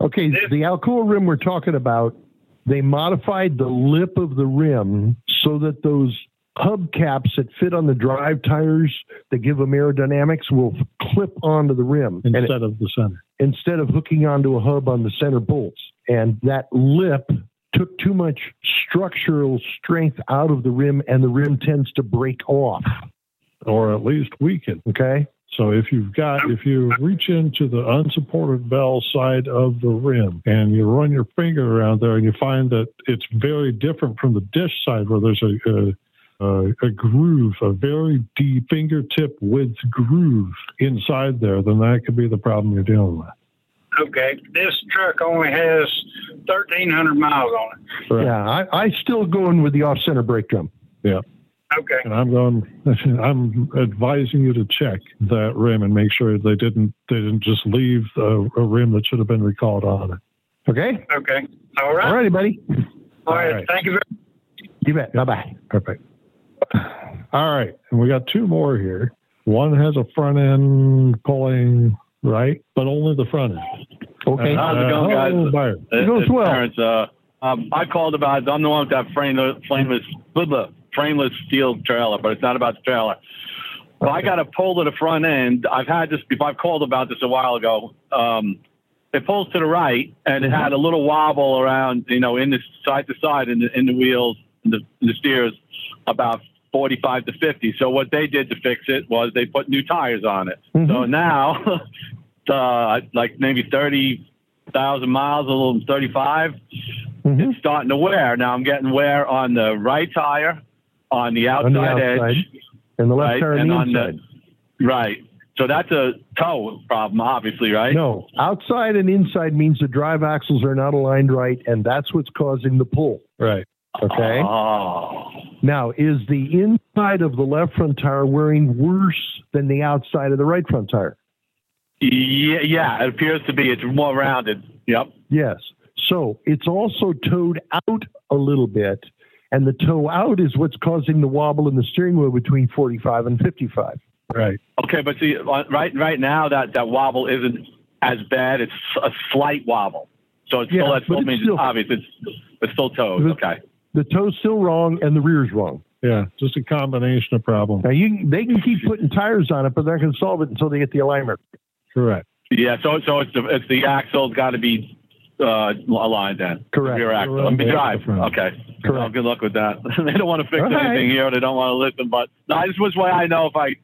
S1: Okay,
S5: This-
S1: the Alcoa rim we're talking about, they modified the lip of the rim so that those hubcaps that fit on the drive tires that give them aerodynamics will clip onto the rim and
S2: instead
S1: it-
S2: of the center.
S1: instead of hooking onto a hub on the center bolts. And that lip took too much structural strength out of the rim, and the rim tends to break off.
S2: Or at least weaken.
S1: Okay,
S2: So if you've got, if you reach into the unsupported valve side of the rim and you run your finger around there and you find that it's very different from the dish side where there's a, a a, a groove, a very deep fingertip width groove inside there, then that could be the problem you're dealing with.
S5: Okay. This truck only has 1,300 miles on it.
S2: Right.
S1: yeah, I, I still going with the off center brake drum.
S5: Okay.
S2: And I'm going, *laughs* I'm advising you to check that rim and make sure they didn't, they didn't just leave a, a rim that should have been recalled on it.
S1: Okay,
S5: Okay. All right.
S1: all righty, buddy.
S5: All right.
S2: all right.
S5: Thank you very
S1: You bet. Bye bye.
S2: Perfect. All right. And we got two more here. One has a front end pulling right, but only the front end.
S1: Okay.
S2: Uh,
S6: How's it going, guys?
S2: hello, buyer.
S1: It goes
S6: It's
S1: well.
S6: Terrence, uh, um, I called about. I'm the one with that frameless, flameless, blah, blah, frameless steel trailer, but it's not about the trailer. But I got a pull to the front end. I've had this. before. I've called about this a while ago. Um, it pulls to the right, and it had a little wobble around, you know, in the side to side, in the in the wheels, in the, in the steers, about 45 to 50. So what they did to fix it was they put new tires on it.
S1: Mm-hmm.
S6: So now, *laughs* uh, like maybe 30,000 miles, a little 35,
S1: Mhm.
S6: it's starting to wear. Now I'm getting wear on the right tire, on the outside,
S1: the outside,
S6: edge,
S1: and the left
S6: right,
S1: tire on
S6: and
S1: the
S6: on
S1: inside.
S6: the right. So that's a toe problem, obviously, right?
S1: no, outside and inside means the drive axles are not aligned right, and that's what's causing the pull.
S2: Right.
S1: Okay.
S6: Oh.
S1: Now, is the inside of the left front tire wearing worse than the outside of the right front tire?
S6: Yeah, yeah, it appears to be. It's more rounded. Yep.
S1: Yes. So it's also towed out a little bit, and the toe out is what's causing the wobble in the steering wheel between 45 and 55.
S2: Right.
S6: Okay, but see, on- right right now that that wobble isn't as bad. It's a slight wobble, so it's
S1: Yeah,
S6: still that
S1: but
S6: still
S1: it's
S6: means
S1: still-
S6: it's obvious. It's it's still toes.
S1: But-
S6: Okay,
S1: The toe's still wrong, and the rear's wrong.
S2: Yeah. Just a combination of problems.
S1: Now, you, they can keep putting tires on it, but they're not going to solve it until they get the alignment.
S2: Correct.
S6: yeah. So so it's the it's the axle's got to be uh, aligned then.
S1: Correct.
S6: Rear axle. I mean
S2: Correct.
S6: drive.
S2: Correct.
S6: Okay.
S1: Correct.
S6: Well, good luck with that. *laughs* they don't want to fix
S1: All right.
S6: anything here. They don't want to listen. But no, this was why I know if I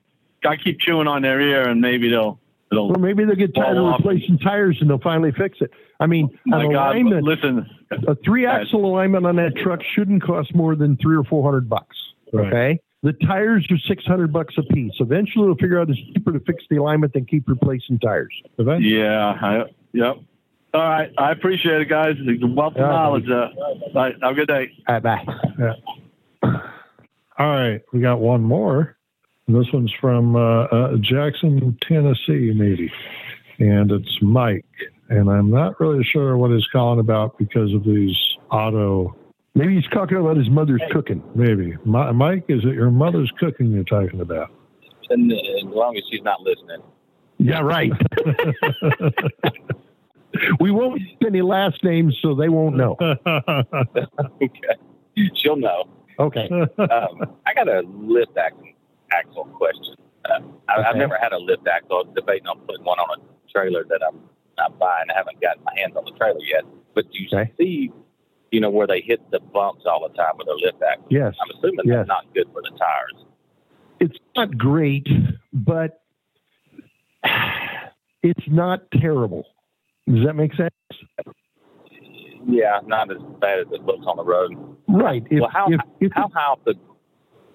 S6: I keep chewing on their ear and maybe they'll they'll.
S1: Well, maybe they'll get tired
S6: Fall
S1: of
S6: off. Oh
S1: replacing tires and they'll finally fix it. I mean,
S6: My
S1: an
S6: God,
S1: alignment,
S6: listen.
S1: a three axle alignment on that truck shouldn't cost more than three or four hundred bucks.
S2: Right.
S1: Okay. The tires are six hundred bucks a piece. Eventually, they'll figure out it's cheaper to fix the alignment than keep replacing tires.
S2: Event-
S6: Yeah. I, yep. All right. I appreciate it, guys. It's a wealth of
S1: Yeah.
S6: knowledge. Uh, all right. Have a good day.
S1: All right, bye.
S2: All right. We got one more. And this one's from uh, uh, Jackson, Tennessee, maybe. and it's Mike. And I'm not really sure what he's calling about because of these auto.
S1: Maybe he's talking about his mother's cooking.
S2: Maybe Mi- Mike, is it your mother's cooking you're talking about?
S7: And, and as long as she's not listening.
S1: Yeah, right. we won't use any last names, so they won't know.
S7: She'll know. *laughs*
S1: Okay.
S7: Um, I got a lift axle, axle question. Uh, I, I've
S1: Okay.
S7: never had a lift axle. I'm debating on putting one on a trailer that I'm not buying. I haven't gotten my hands on the trailer yet. But do you
S1: Okay.
S7: see, you know, where they hit the bumps all the time with their lift axle?
S1: Yes.
S7: I'm assuming
S1: Yes.
S7: that's not good for the tires.
S1: It's not great, but it's not terrible. Does that make sense?
S7: Yeah, not as bad as it looks on the road.
S1: Right. If,
S7: Well, how-
S1: if, if,
S7: How high off the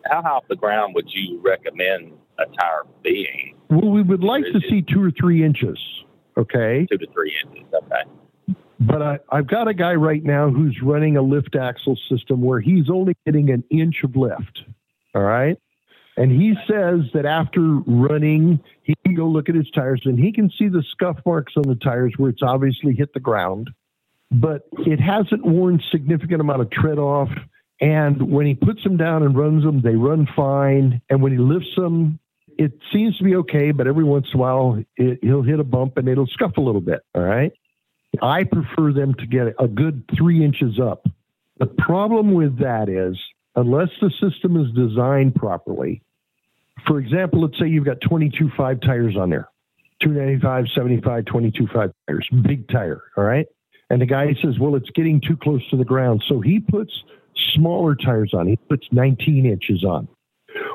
S7: how high off the ground would you recommend a tire being?
S1: well, we would like to see two or three inches. Okay.
S7: Two to three inches. Okay.
S1: But I, I've got a guy right now who's running a lift axle system where he's only getting an inch of lift. All right. And he says that after running, he can go look at his tires and he can see the scuff marks on the tires where it's obviously hit the ground, but it hasn't worn significant amount of tread off. And when he puts them down and runs them, they run fine. And when he lifts them, it seems to be okay, but every once in a while it, he'll hit a bump and it'll scuff a little bit. All right. I prefer them to get a good three inches up. The problem with that is, unless the system is designed properly, for example, let's say you've got 22.5 tires on there 295, 75, 22.5 tires, big tire, all right? And the guy says, well, it's getting too close to the ground. So he puts smaller tires on, he puts 19 inches on.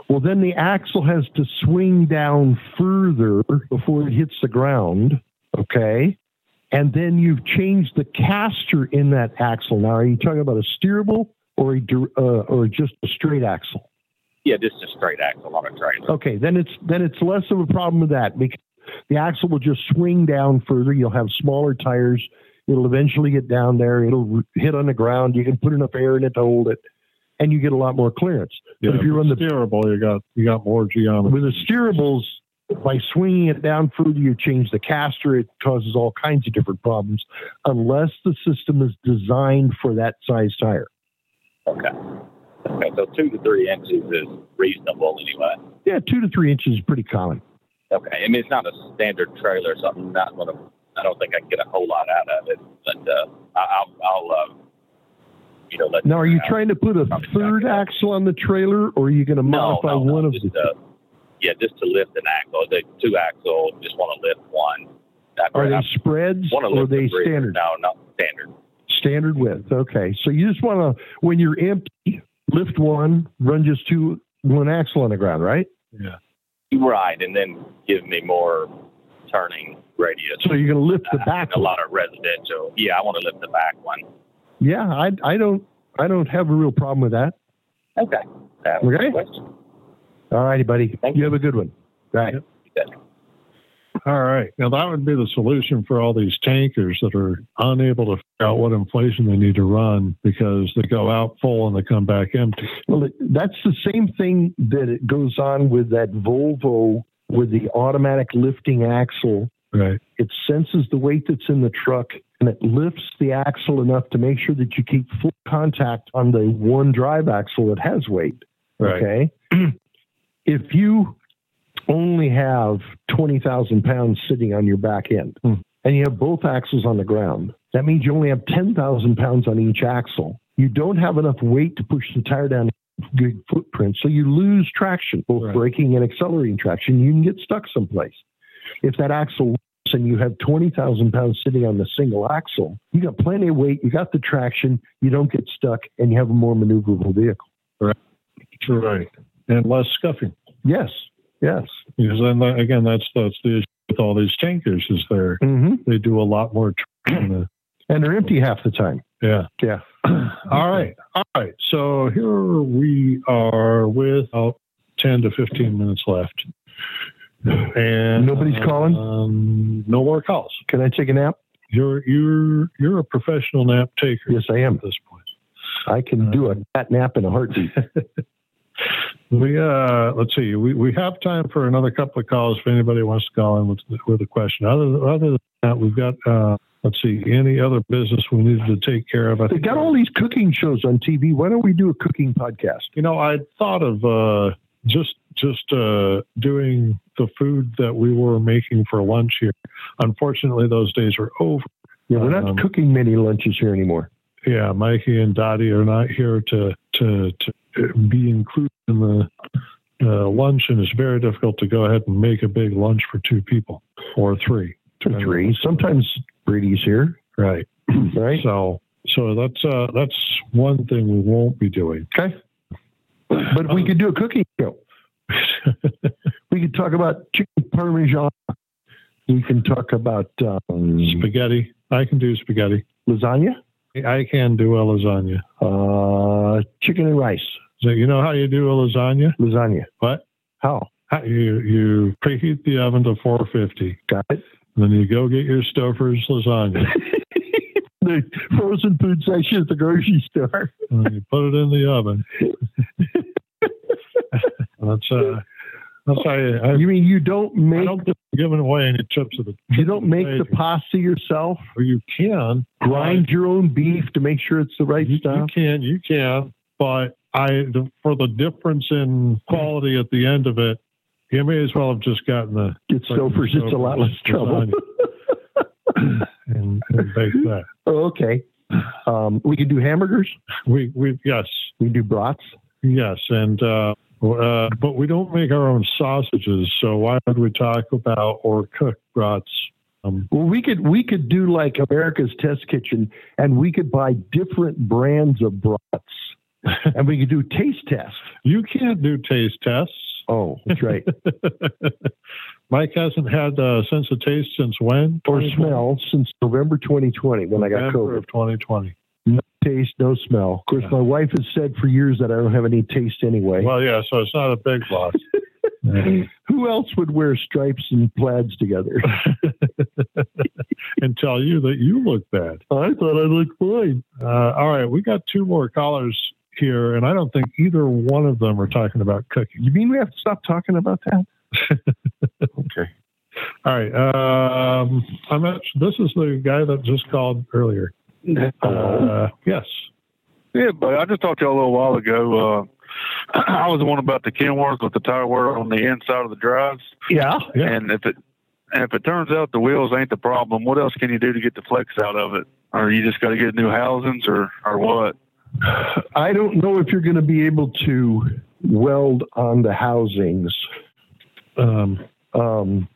S1: Well, then the axle has to swing down further before it hits the ground, okay? and then you've changed the caster in that axle. Now, are you talking about a steerable or a dir- uh, or just a straight axle?
S7: Yeah, just a straight axle on a trailer.
S1: Okay, then it's then it's less of a problem with that because the axle will just swing down further. You'll have smaller tires. It'll eventually get down there. It'll r- hit on the ground. You can put enough air in it to hold it, and you get a lot more clearance.
S2: Yeah,
S1: if you run the-
S2: steerable, you got you got more geometry.
S1: With the steerables, by swinging it down further, you change the caster. It causes all kinds of different problems unless the system is designed for that size tire.
S7: Okay, so two to three inches is reasonable anyway.
S1: Yeah, two to three inches is pretty common.
S7: Okay, I mean it's not a standard trailer, so I'm not gonna. I don't think I can get a whole lot out of it, but uh, I, I'll, I'll, uh, you know, let.
S1: Now, are you
S7: uh,
S1: trying to put a
S7: Probably not
S1: third
S7: gonna happen.
S1: axle on the trailer, or are you going to
S7: no,
S1: modify
S7: no, no,
S1: one of
S7: just,
S1: the?
S7: Uh, yeah, just to lift an axle, the two axle, just want to lift one. I,
S1: Are
S7: I
S1: they spreads
S7: want to
S1: or are
S7: lift the
S1: they
S7: rear.
S1: standard?
S7: No, not standard.
S1: Standard width. Okay, so you just want to when you're empty, lift one, run just two, one axle on the ground, right?
S7: Right, and then give me more turning radius.
S1: So you're going to lift the
S7: Uh,
S1: back.
S7: a
S1: one.
S7: lot of residential. Yeah, I want to lift the back one.
S1: Yeah, I I don't I don't have a real problem with that.
S7: Okay. That was
S1: Okay.
S7: the question.
S1: All righty, buddy.
S7: Thank
S1: you have a good one. Right.
S2: Yep. All right. Now that would be the solution for all these tankers that are unable to figure out what inflation they need to run because they go out full and they come back empty.
S1: Well, it- that's the same thing that it goes on with that Volvo with the automatic lifting axle
S2: Right.
S1: it senses the weight that's in the truck and it lifts the axle enough to make sure that you keep full contact on the one drive axle that has weight. Okay. *clears throat* if you only have 20,000 pounds sitting on your back end
S2: Hmm.
S1: and you have both axles on the ground, that means you only have 10,000 pounds on each axle. You don't have enough weight to push the tire down a good footprint. So you lose traction, both
S2: Right.
S1: braking and accelerating traction. You can get stuck someplace. If that axle lifts and you have 20,000 pounds sitting on the single axle, you got plenty of weight, you got the traction, you don't get stuck, and you have a more maneuverable vehicle.
S2: Right. And less scuffing.
S1: Yes, yes.
S2: Because then that, again, that's that's the issue with all these tankers is they're
S1: Mm-hmm.
S2: they do a lot more. tr- *clears throat* in the-
S1: And they're empty half the time.
S2: Yeah.
S1: Yeah.
S2: *clears throat* all right. All right. So here we are with about ten to fifteen minutes left. And
S1: Nobody's calling?
S2: Um, no more calls.
S1: Can I take a nap?
S2: You're you're you're a professional *laughs* nap taker
S1: Yes, I am.
S2: at this point.
S1: I can do a cat nap in a heartbeat.
S2: Uh, *laughs* We uh, let's see. We, we have time for another couple of calls if anybody wants to call in with with a question. Other other than that, we've got uh, let's see any other business we needed to take care of. I
S1: They
S2: think-
S1: got all these cooking shows on TV. Why don't we do a cooking podcast?
S2: You know, I thought of uh, just just uh, doing the food that we were making for lunch here. Unfortunately, those days are over.
S1: Yeah, we're not
S2: Um,
S1: cooking many lunches here anymore.
S2: Yeah, Mikey and Dottie are not here to to to be included in the uh, lunch, and it's very difficult to go ahead and make a big lunch for two people or three.
S1: Two, three. Sometimes Brady's here,
S2: Right. *clears throat*
S1: right?
S2: So so that's uh, that's one thing we won't be doing. Um,
S1: Okay. But we could do a cooking show. We could talk about chicken parmesan. We can *laughs* talk about um,
S2: spaghetti. I can do spaghetti.
S1: lasagna,
S2: I can do a lasagna.
S1: uh, chicken and rice.
S2: So you know how you do a lasagna?
S1: Lasagna.
S2: What?
S1: How?
S2: How- You you preheat the oven to 450.
S1: Got it.
S2: and Then you go get your Stouffer's lasagna.
S1: *laughs* the frozen food section at the grocery store.
S2: and you put it in the oven. that's uh, that's how you, I,
S1: You mean you don't
S2: I
S1: make
S2: don't think I'm giving away any tips of the.
S1: you don't make the
S2: Amazing.
S1: pasta yourself?
S2: Or you can
S1: Grind your own beef to make sure it's the right
S2: You, you
S1: stuff.
S2: can you can, but I the, for the difference in quality at the end of it, you may as well have just gotten the
S1: Get Stouffer's. It's a lot less trouble. *laughs*
S2: lasagna and, and bake that.
S1: Oh, okay. Um, we can do hamburgers.
S2: We we yes
S1: We can do brats.
S2: yes and. uh uh, but we don't make our own sausages, so why would we talk about or cook brats? Um,
S1: Well, we could we could do like America's Test Kitchen, and we could buy different brands of brats,
S2: *laughs*
S1: and we could do taste tests.
S2: You can't do taste tests.
S1: Oh,
S2: *laughs*
S1: that's right.
S2: Mike hasn't had a sense of taste since when?
S1: or smell since November 2020 when I got
S2: November
S1: COVID.
S2: of 2020.
S1: taste, no smell. Of course,
S2: Yeah.
S1: my wife has said for years that I don't have any taste anyway.
S2: Well, yeah, so it's not a big
S1: *laughs*
S2: loss.
S1: Who else would wear stripes and
S2: *laughs*
S1: plaids together?
S2: and tell you that you look bad.
S1: I thought I looked fine.
S2: Uh, all right, we got two more callers here, and I don't think either one of them are talking about cooking.
S1: You mean we have to stop talking about *laughs* that? okay.
S2: All right, um, I'm not. This is the guy that just called earlier.
S1: Uh-huh.
S2: Uh, yes.
S3: Yeah, but I just talked to y'all a little while ago. Uh, *clears throat* I was the one about the Kenworth with the tire wear on the inside of the drives,
S1: Yeah.
S2: Yeah.
S3: and if it and if it turns out the wheels ain't the problem, what else can you do to get the flex out of it? Or you just got to get new housings, or or what?
S1: I don't know if you're going to be able to weld on the housings
S2: Um,
S1: um,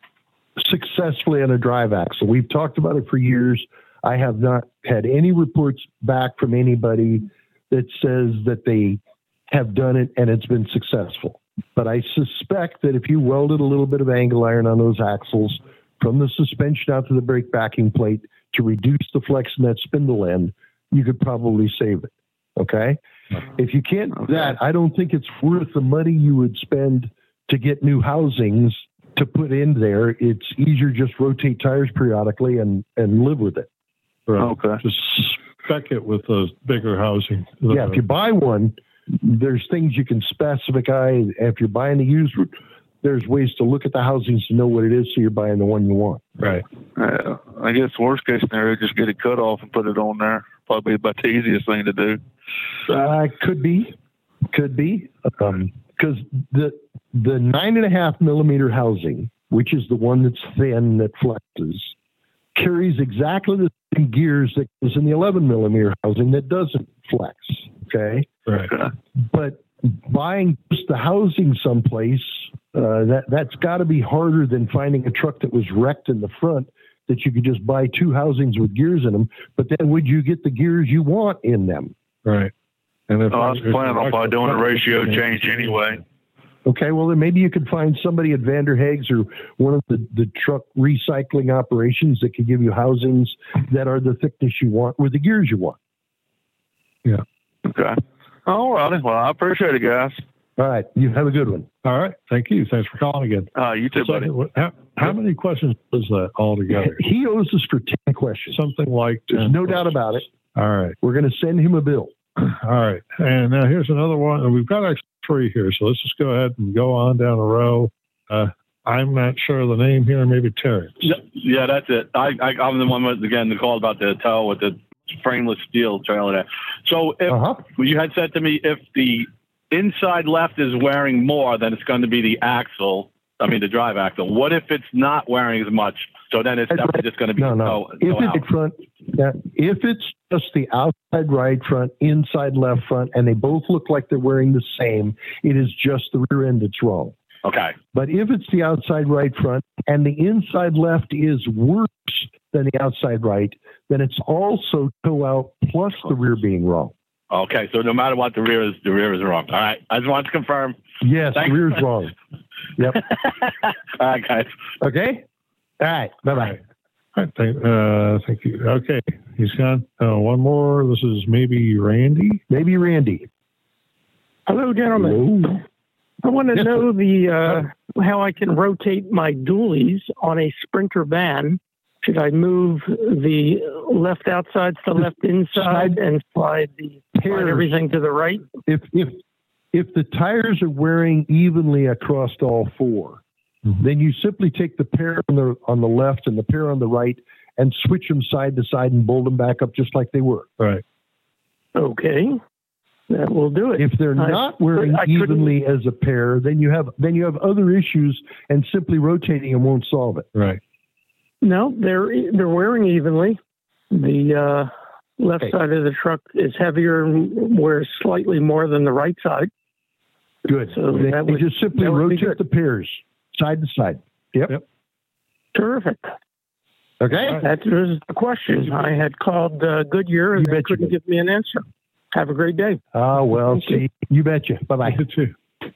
S1: successfully on a drive axle. We've talked about it for years. I have not had any reports back from anybody that says that they have done it and it's been successful. But I suspect that if you welded a little bit of angle iron on those axles from the suspension out to the brake backing plate to reduce the flex in that spindle end, you could probably save it. Okay? If you can't do that, I don't think it's worth the money you would spend to get new housings to put in there. It's easier just rotate tires periodically and and live with it.
S3: Okay.
S2: Just spec it with the bigger housing.
S1: Yeah, if you buy one, there's things you can specify. If you're buying a used, one, there's ways to look at the housings to know what it is, so you're buying the one you want.
S2: right.
S3: Yeah, Uh, I guess worst case scenario, just get it cut off and put it on there. Probably about the easiest thing to do.
S1: Uh, could be, could be, because Um, the the nine and a half millimeter housing, which is the one that's thin that flexes, carries exactly the same gears that is in the 11 millimeter housing that doesn't flex. Okay.
S2: Right.
S1: but buying just the housing someplace uh, that that's got to be harder than finding a truck that was wrecked in the front that you could just buy two housings with gears in them. But then would you get the gears you want in them?
S2: Right. And if
S3: Oh, I was
S2: if you
S3: planning on
S2: like
S3: probably
S2: the
S3: doing a
S2: flex,
S3: ratio
S2: you can-
S3: change anyway.
S1: Okay, well then maybe you could find somebody at Vander Hags or one of the, the truck recycling operations that could give you housings that are the thickness you want with the gears you want.
S3: Okay. All righty. Well, I appreciate it, guys.
S1: All right, you have a good one.
S2: All right. Thank you. Thanks for calling again.
S3: Uh, you too, buddy.
S2: Second, what- how, how many questions was that altogether?
S1: He owes us for ten questions.
S2: Something like
S1: There's
S2: 10
S1: no doubt
S2: questions.
S1: about it.
S2: All right. *clears throat*
S1: We're going to send him a bill.
S2: All right. And now here's another one. We've got actually three here. So let's just go ahead and go on down the row. Uh, I'm not sure of the name here. Maybe Terry.
S6: Yeah, yeah, that's it. I, I I'm the one with, again the call about the tow with the frameless steel trailer. There. So if
S1: Uh-huh.
S6: you had said to me if the inside left is wearing more, then it's going to be the axle. I mean the drive axle. What if it's not wearing as much? So then it's
S1: That's
S6: definitely
S1: right.
S6: just going to be
S1: No, no.
S6: tow-
S1: If
S6: tow out.
S1: it's front, yeah, if it's just the outside right front, inside left front, and they both look like they're wearing the same, it is just the rear end that's wrong.
S6: Okay.
S1: But if it's the outside right front and the inside left is worse than the outside right, then it's also toe out plus the rear being wrong.
S6: Okay. So no matter what, the rear is the rear is wrong. All right. I just wanted to confirm.
S1: Yes,
S6: Thanks.
S1: rear's wrong.
S6: All right, guys.
S1: Okay? All right. Bye bye.
S2: I think, uh, thank you. Okay, he's gone. Uh, one more. This is maybe Randy.
S1: Maybe Randy.
S8: Hello, gentlemen. I want to
S1: Yes,
S8: know the uh, how I can rotate my dualies on a sprinter van. Should I move the left outside to the left inside
S1: Side-
S8: and slide the slide
S1: Pairs.
S8: everything to the right?
S1: If if if the tires are wearing evenly across all 4
S2: Mhm.
S1: then you simply take the pair on the on the left and the pair on the right and switch them side to side and bolt them back up just like they were.
S8: Okay, that will do it.
S1: If they're
S8: I-
S1: not wearing
S8: I couldn't-
S1: evenly as a pair, then you have then you have other issues, and simply rotating them won't solve it.
S2: Right.
S8: No, they're they're wearing evenly. The uh, left
S1: Okay.
S8: side of the truck is heavier and wears slightly more than the right side.
S1: Good.
S8: So
S1: Then
S8: that
S1: you
S8: would-
S1: just simply
S8: that would be good.
S1: rotate the pairs side to side.
S8: Terrific.
S1: Okay.
S8: That was the question. I had called uh, Goodyear and
S1: You
S8: they
S1: bet you
S8: couldn't give me an answer. Have a great day.
S1: Ah, well, see, you betcha. Bye bye.
S2: Good too. *clears throat*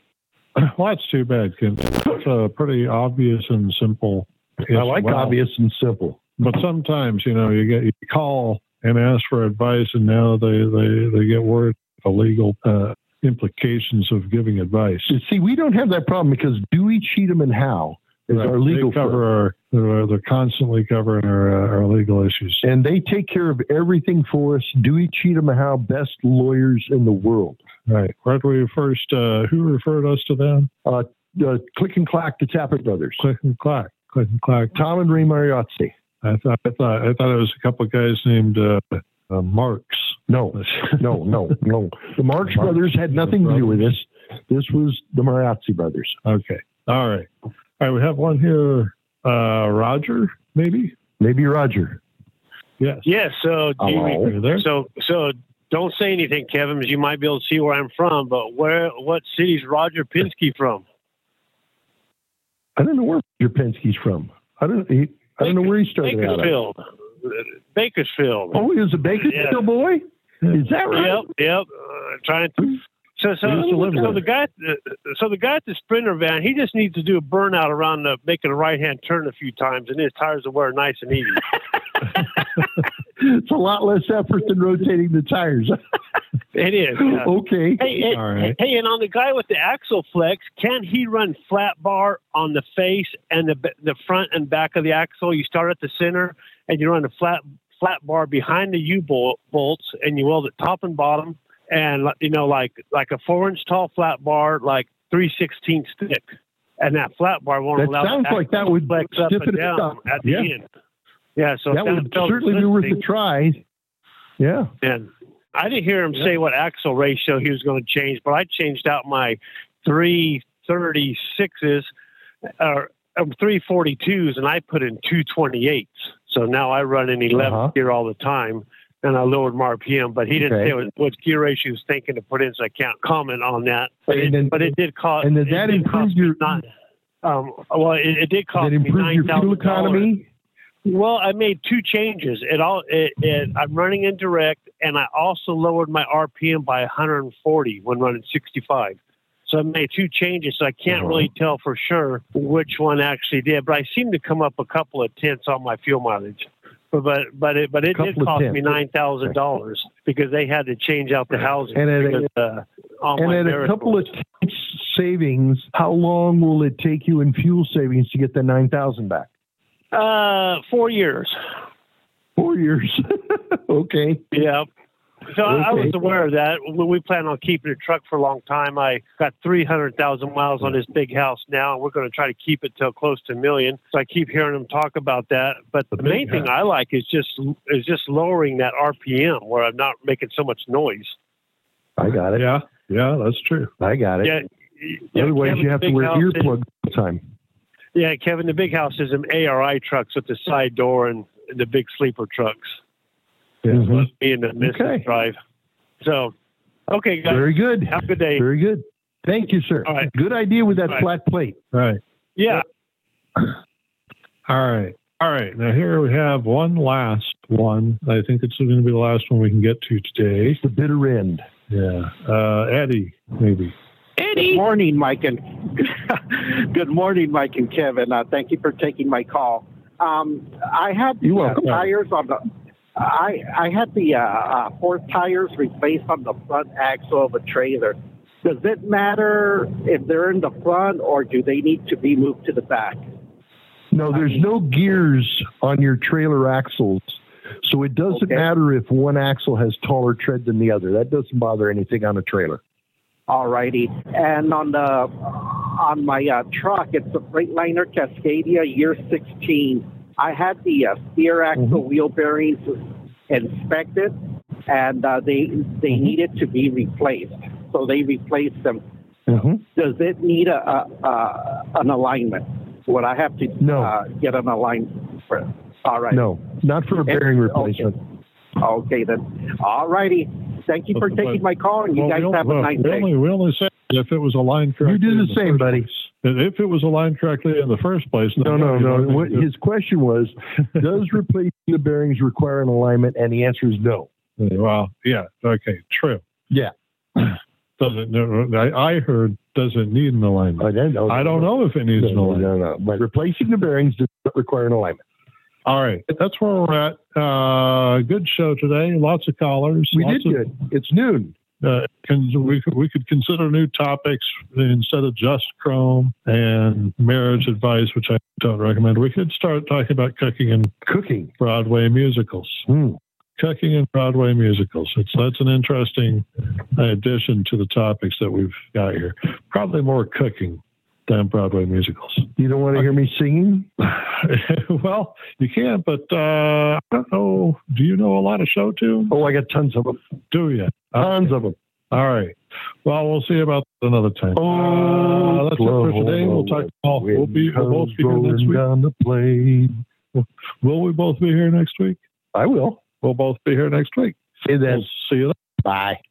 S2: Well, that's too bad. 'cause It's uh, pretty obvious and simple.
S1: I like
S2: Wow.
S1: obvious and simple.
S2: But sometimes, you know, you get you call and ask for advice, and now they they, they get worried about the legal uh, implications of giving advice.
S1: You see, we don't have that problem because Dewey, Cheatham, and Howe is
S2: Right.
S1: our legal
S2: they
S1: firm.
S2: cover our, they're, they're constantly covering our, uh, our legal issues.
S1: and they take care of everything for us. Dewey, Cheatham, and Howe, best lawyers in the world.
S2: Right. Where do we first? Uh, who referred us to them?
S1: Uh, click and clack, the Tappet brothers.
S2: Click and clack. Click and clack.
S1: Tom and Ray Mariazzi.
S2: I thought I thought I thought it was a couple of guys named uh, uh, Marks. *laughs*
S1: No, no, no, no. The
S2: Marx
S1: Marx brothers had nothing to do with this. This was the Mariazzi brothers.
S2: Okay. All right. All right. We have one here. Uh, Roger, maybe.
S1: Maybe Roger.
S2: Yes.
S9: Yes. So, do you-
S1: Hello.
S2: Are you there?
S9: so, so don't say anything, Kevin, because you might be able to see where I'm from. But where, what city's Roger Pinsky from?
S1: *laughs* I don't know where your Penske's from. I don't. He, I don't know where he started out. at.
S9: Bakersfield. Bakersfield.
S1: Oh, he was a Bakersfield
S9: Yeah.
S1: boy. Is that right?
S9: Yep, yep. Uh, trying to. So, so,
S1: We used to live
S9: so
S1: there.
S9: the guy, so the guy at the sprinter van, he just needs to do a burnout around the making a right hand turn a few times, and his tires will wear nice and even.
S1: It's a lot less effort than rotating the tires. *laughs*
S9: it is. yeah.
S1: okay.
S9: Hey, hey,
S2: All right.
S9: hey, and on the guy with the axle flex, can he run flat bar on the face and the b- the front and back of the axle? You start at the center and you run a flat flat bar behind the U bolt bolts, and you weld it top and bottom, and like, you know like like a four inch tall flat bar, like three sixteenths thick, and that flat bar won't
S1: That
S9: allow. the
S1: sounds like that
S9: axle
S1: would
S9: flex up
S1: stiffen
S9: and
S1: it
S9: down
S1: up.
S9: at the
S1: Yeah.
S9: end. Yeah, so if
S1: that would
S9: tells
S1: certainly be worth a
S9: listening-
S1: try. Yeah.
S9: and I didn't hear him say what axle ratio he was going to change, but I changed out my 336s or um, 342s and I put in 228s. So now I run in 11
S1: Uh-huh.
S9: gear all the time and I lowered my RPM, but he didn't
S1: Okay.
S9: say what, what gear ratio he was thinking to put in, so I can't comment on that. But,
S1: And
S9: it,
S1: then-
S9: but it did cost.
S1: and did
S9: uh, it
S1: that
S9: did
S1: improve
S9: cost me
S1: your-
S9: Not, um, well, it, it did cost
S1: that
S9: me
S1: improve your
S9: $9,000.
S1: fuel economy.
S9: Well, I made two changes. It all it, it, I'm running in direct, and I also lowered my RPM by 140 when running 65. So I made two changes. So I can't
S1: Uh-huh.
S9: really tell for sure which one actually did, but I seem to come up a couple of tenths on my fuel mileage. But but but it, but it did
S1: Couple of
S9: cost me
S1: tenths.
S9: nine thousand dollars because they had to change out the housing
S1: And at a-
S9: because, uh, on
S1: And
S9: my
S1: at a
S9: Marathon.
S1: couple of times savings, how long will it take you in fuel savings to get the 9,000 back?
S9: uh, four years.
S1: Four years. *laughs* okay.
S9: Yeah. So I I was
S1: Okay.
S9: aware of that. We we plan on keeping the truck for a long time. I got 300,000 miles on this big house now, and we're going to try to keep it till close to a million. So I keep hearing them talk about that. But the,
S2: The
S9: main
S2: big
S9: thing I like is just is just lowering that RPM where I'm not making so much noise.
S1: I got it.
S2: Yeah, yeah, that's true.
S1: I got it.
S9: Yeah. yeah,
S1: Otherwise,
S9: Kevin's
S1: you have to
S9: big
S1: wear
S9: house is-
S1: earplugs all the time.
S9: Yeah, Kevin, the big house is an ARI trucks with the side door and the big sleeper trucks.
S1: Mhm.
S9: Me and the Mrs.
S1: Okay.
S9: Drive. So, okay, guys.
S1: Very good.
S9: Have a good day.
S1: Very good. Thank you, sir.
S9: All right.
S1: Good idea with that
S9: All right.
S1: flat plate.
S2: Right.
S9: Yeah.
S2: All right. All right. Now here we have one last one. I think it's going to be the last one we can get to today.
S1: The bitter end.
S2: Yeah. Uh, Eddie, maybe.
S10: Good morning, Mike and *laughs* good morning, Mike and Kevin. Uh, thank you for taking my call. Um, I had the
S1: You're
S10: uh,
S1: welcome.
S10: tires on the. I I had the uh, uh, four tires replaced on the front axle of a trailer. Does it matter if they're in the front or do they need to be moved to the back?
S1: No, there's no gears on your trailer axles. So it doesn't
S10: Okay.
S1: matter if one axle has taller tread than the other. That doesn't bother anything on a trailer.
S10: Alrighty. And on the on my uh, truck, it's a Freightliner Cascadia year 16. I had the uh, steer axle
S1: Mm-hmm.
S10: wheel bearings inspected, and uh, they they
S1: Mm-hmm.
S10: needed to be replaced. So they replaced them.
S1: Mm-hmm.
S10: Does it need a, a, a an alignment? Would I have to
S1: No.
S10: uh, get an alignment? For, all right.
S1: No, not for a
S10: And-
S1: bearing
S10: okay.
S1: replacement.
S10: Okay then. All righty. Thank you for
S2: But-
S10: taking my call, and you
S2: Well,
S10: guys
S2: we,
S10: have a nice
S2: we
S10: day.
S2: only, we only said if it was aligned
S1: You
S2: correctly.
S1: do
S2: in
S1: the same,
S2: first
S1: buddy.
S2: place. And if it was aligned correctly in the first place. then
S1: No, no,
S2: you
S1: no.
S2: don't
S1: What
S2: need to-
S1: his
S2: *laughs*
S1: question was, does replacing the bearings require an alignment? And the answer is no.
S2: Well, yeah. Okay. True.
S1: Yeah.
S2: *clears throat* Doesn't. no, I, I heard doesn't need an alignment.
S1: don't know.
S2: I don't know if it needs
S1: No,
S2: an
S1: Oh, no,
S2: alignment.
S1: no, no. But replacing the bearings does not require an alignment.
S2: All right. That's where we're at. Uh, good show today. Lots of callers.
S1: We
S2: lots
S1: did
S2: of,
S1: good. It's noon.
S2: Uh, can, we, could- we could consider new topics instead of just Chrome and marriage advice, which I don't recommend. We could start talking about cooking and
S1: Cooking.
S2: Broadway musicals.
S1: Hmm.
S2: Cooking and Broadway musicals. It's that's an interesting addition to the topics that we've got here. Probably more cooking than Broadway musicals.
S1: You don't want to hear me singing?
S2: *laughs* well, you can, but uh, I don't know. Do you know a lot of show tunes?
S1: Oh, I got tons of them.
S2: Do you?
S1: Tons of them.
S2: All right. Well, we'll see about that another time.
S1: Oh,
S2: Uh, that's it for today. We'll talk. Well, we'll be. We'll both be here next week.
S1: Down the plane.
S2: Will we both be here next week?
S1: I will.
S2: We'll both be here next week.
S1: Say that.
S2: We'll see you.
S1: Bye.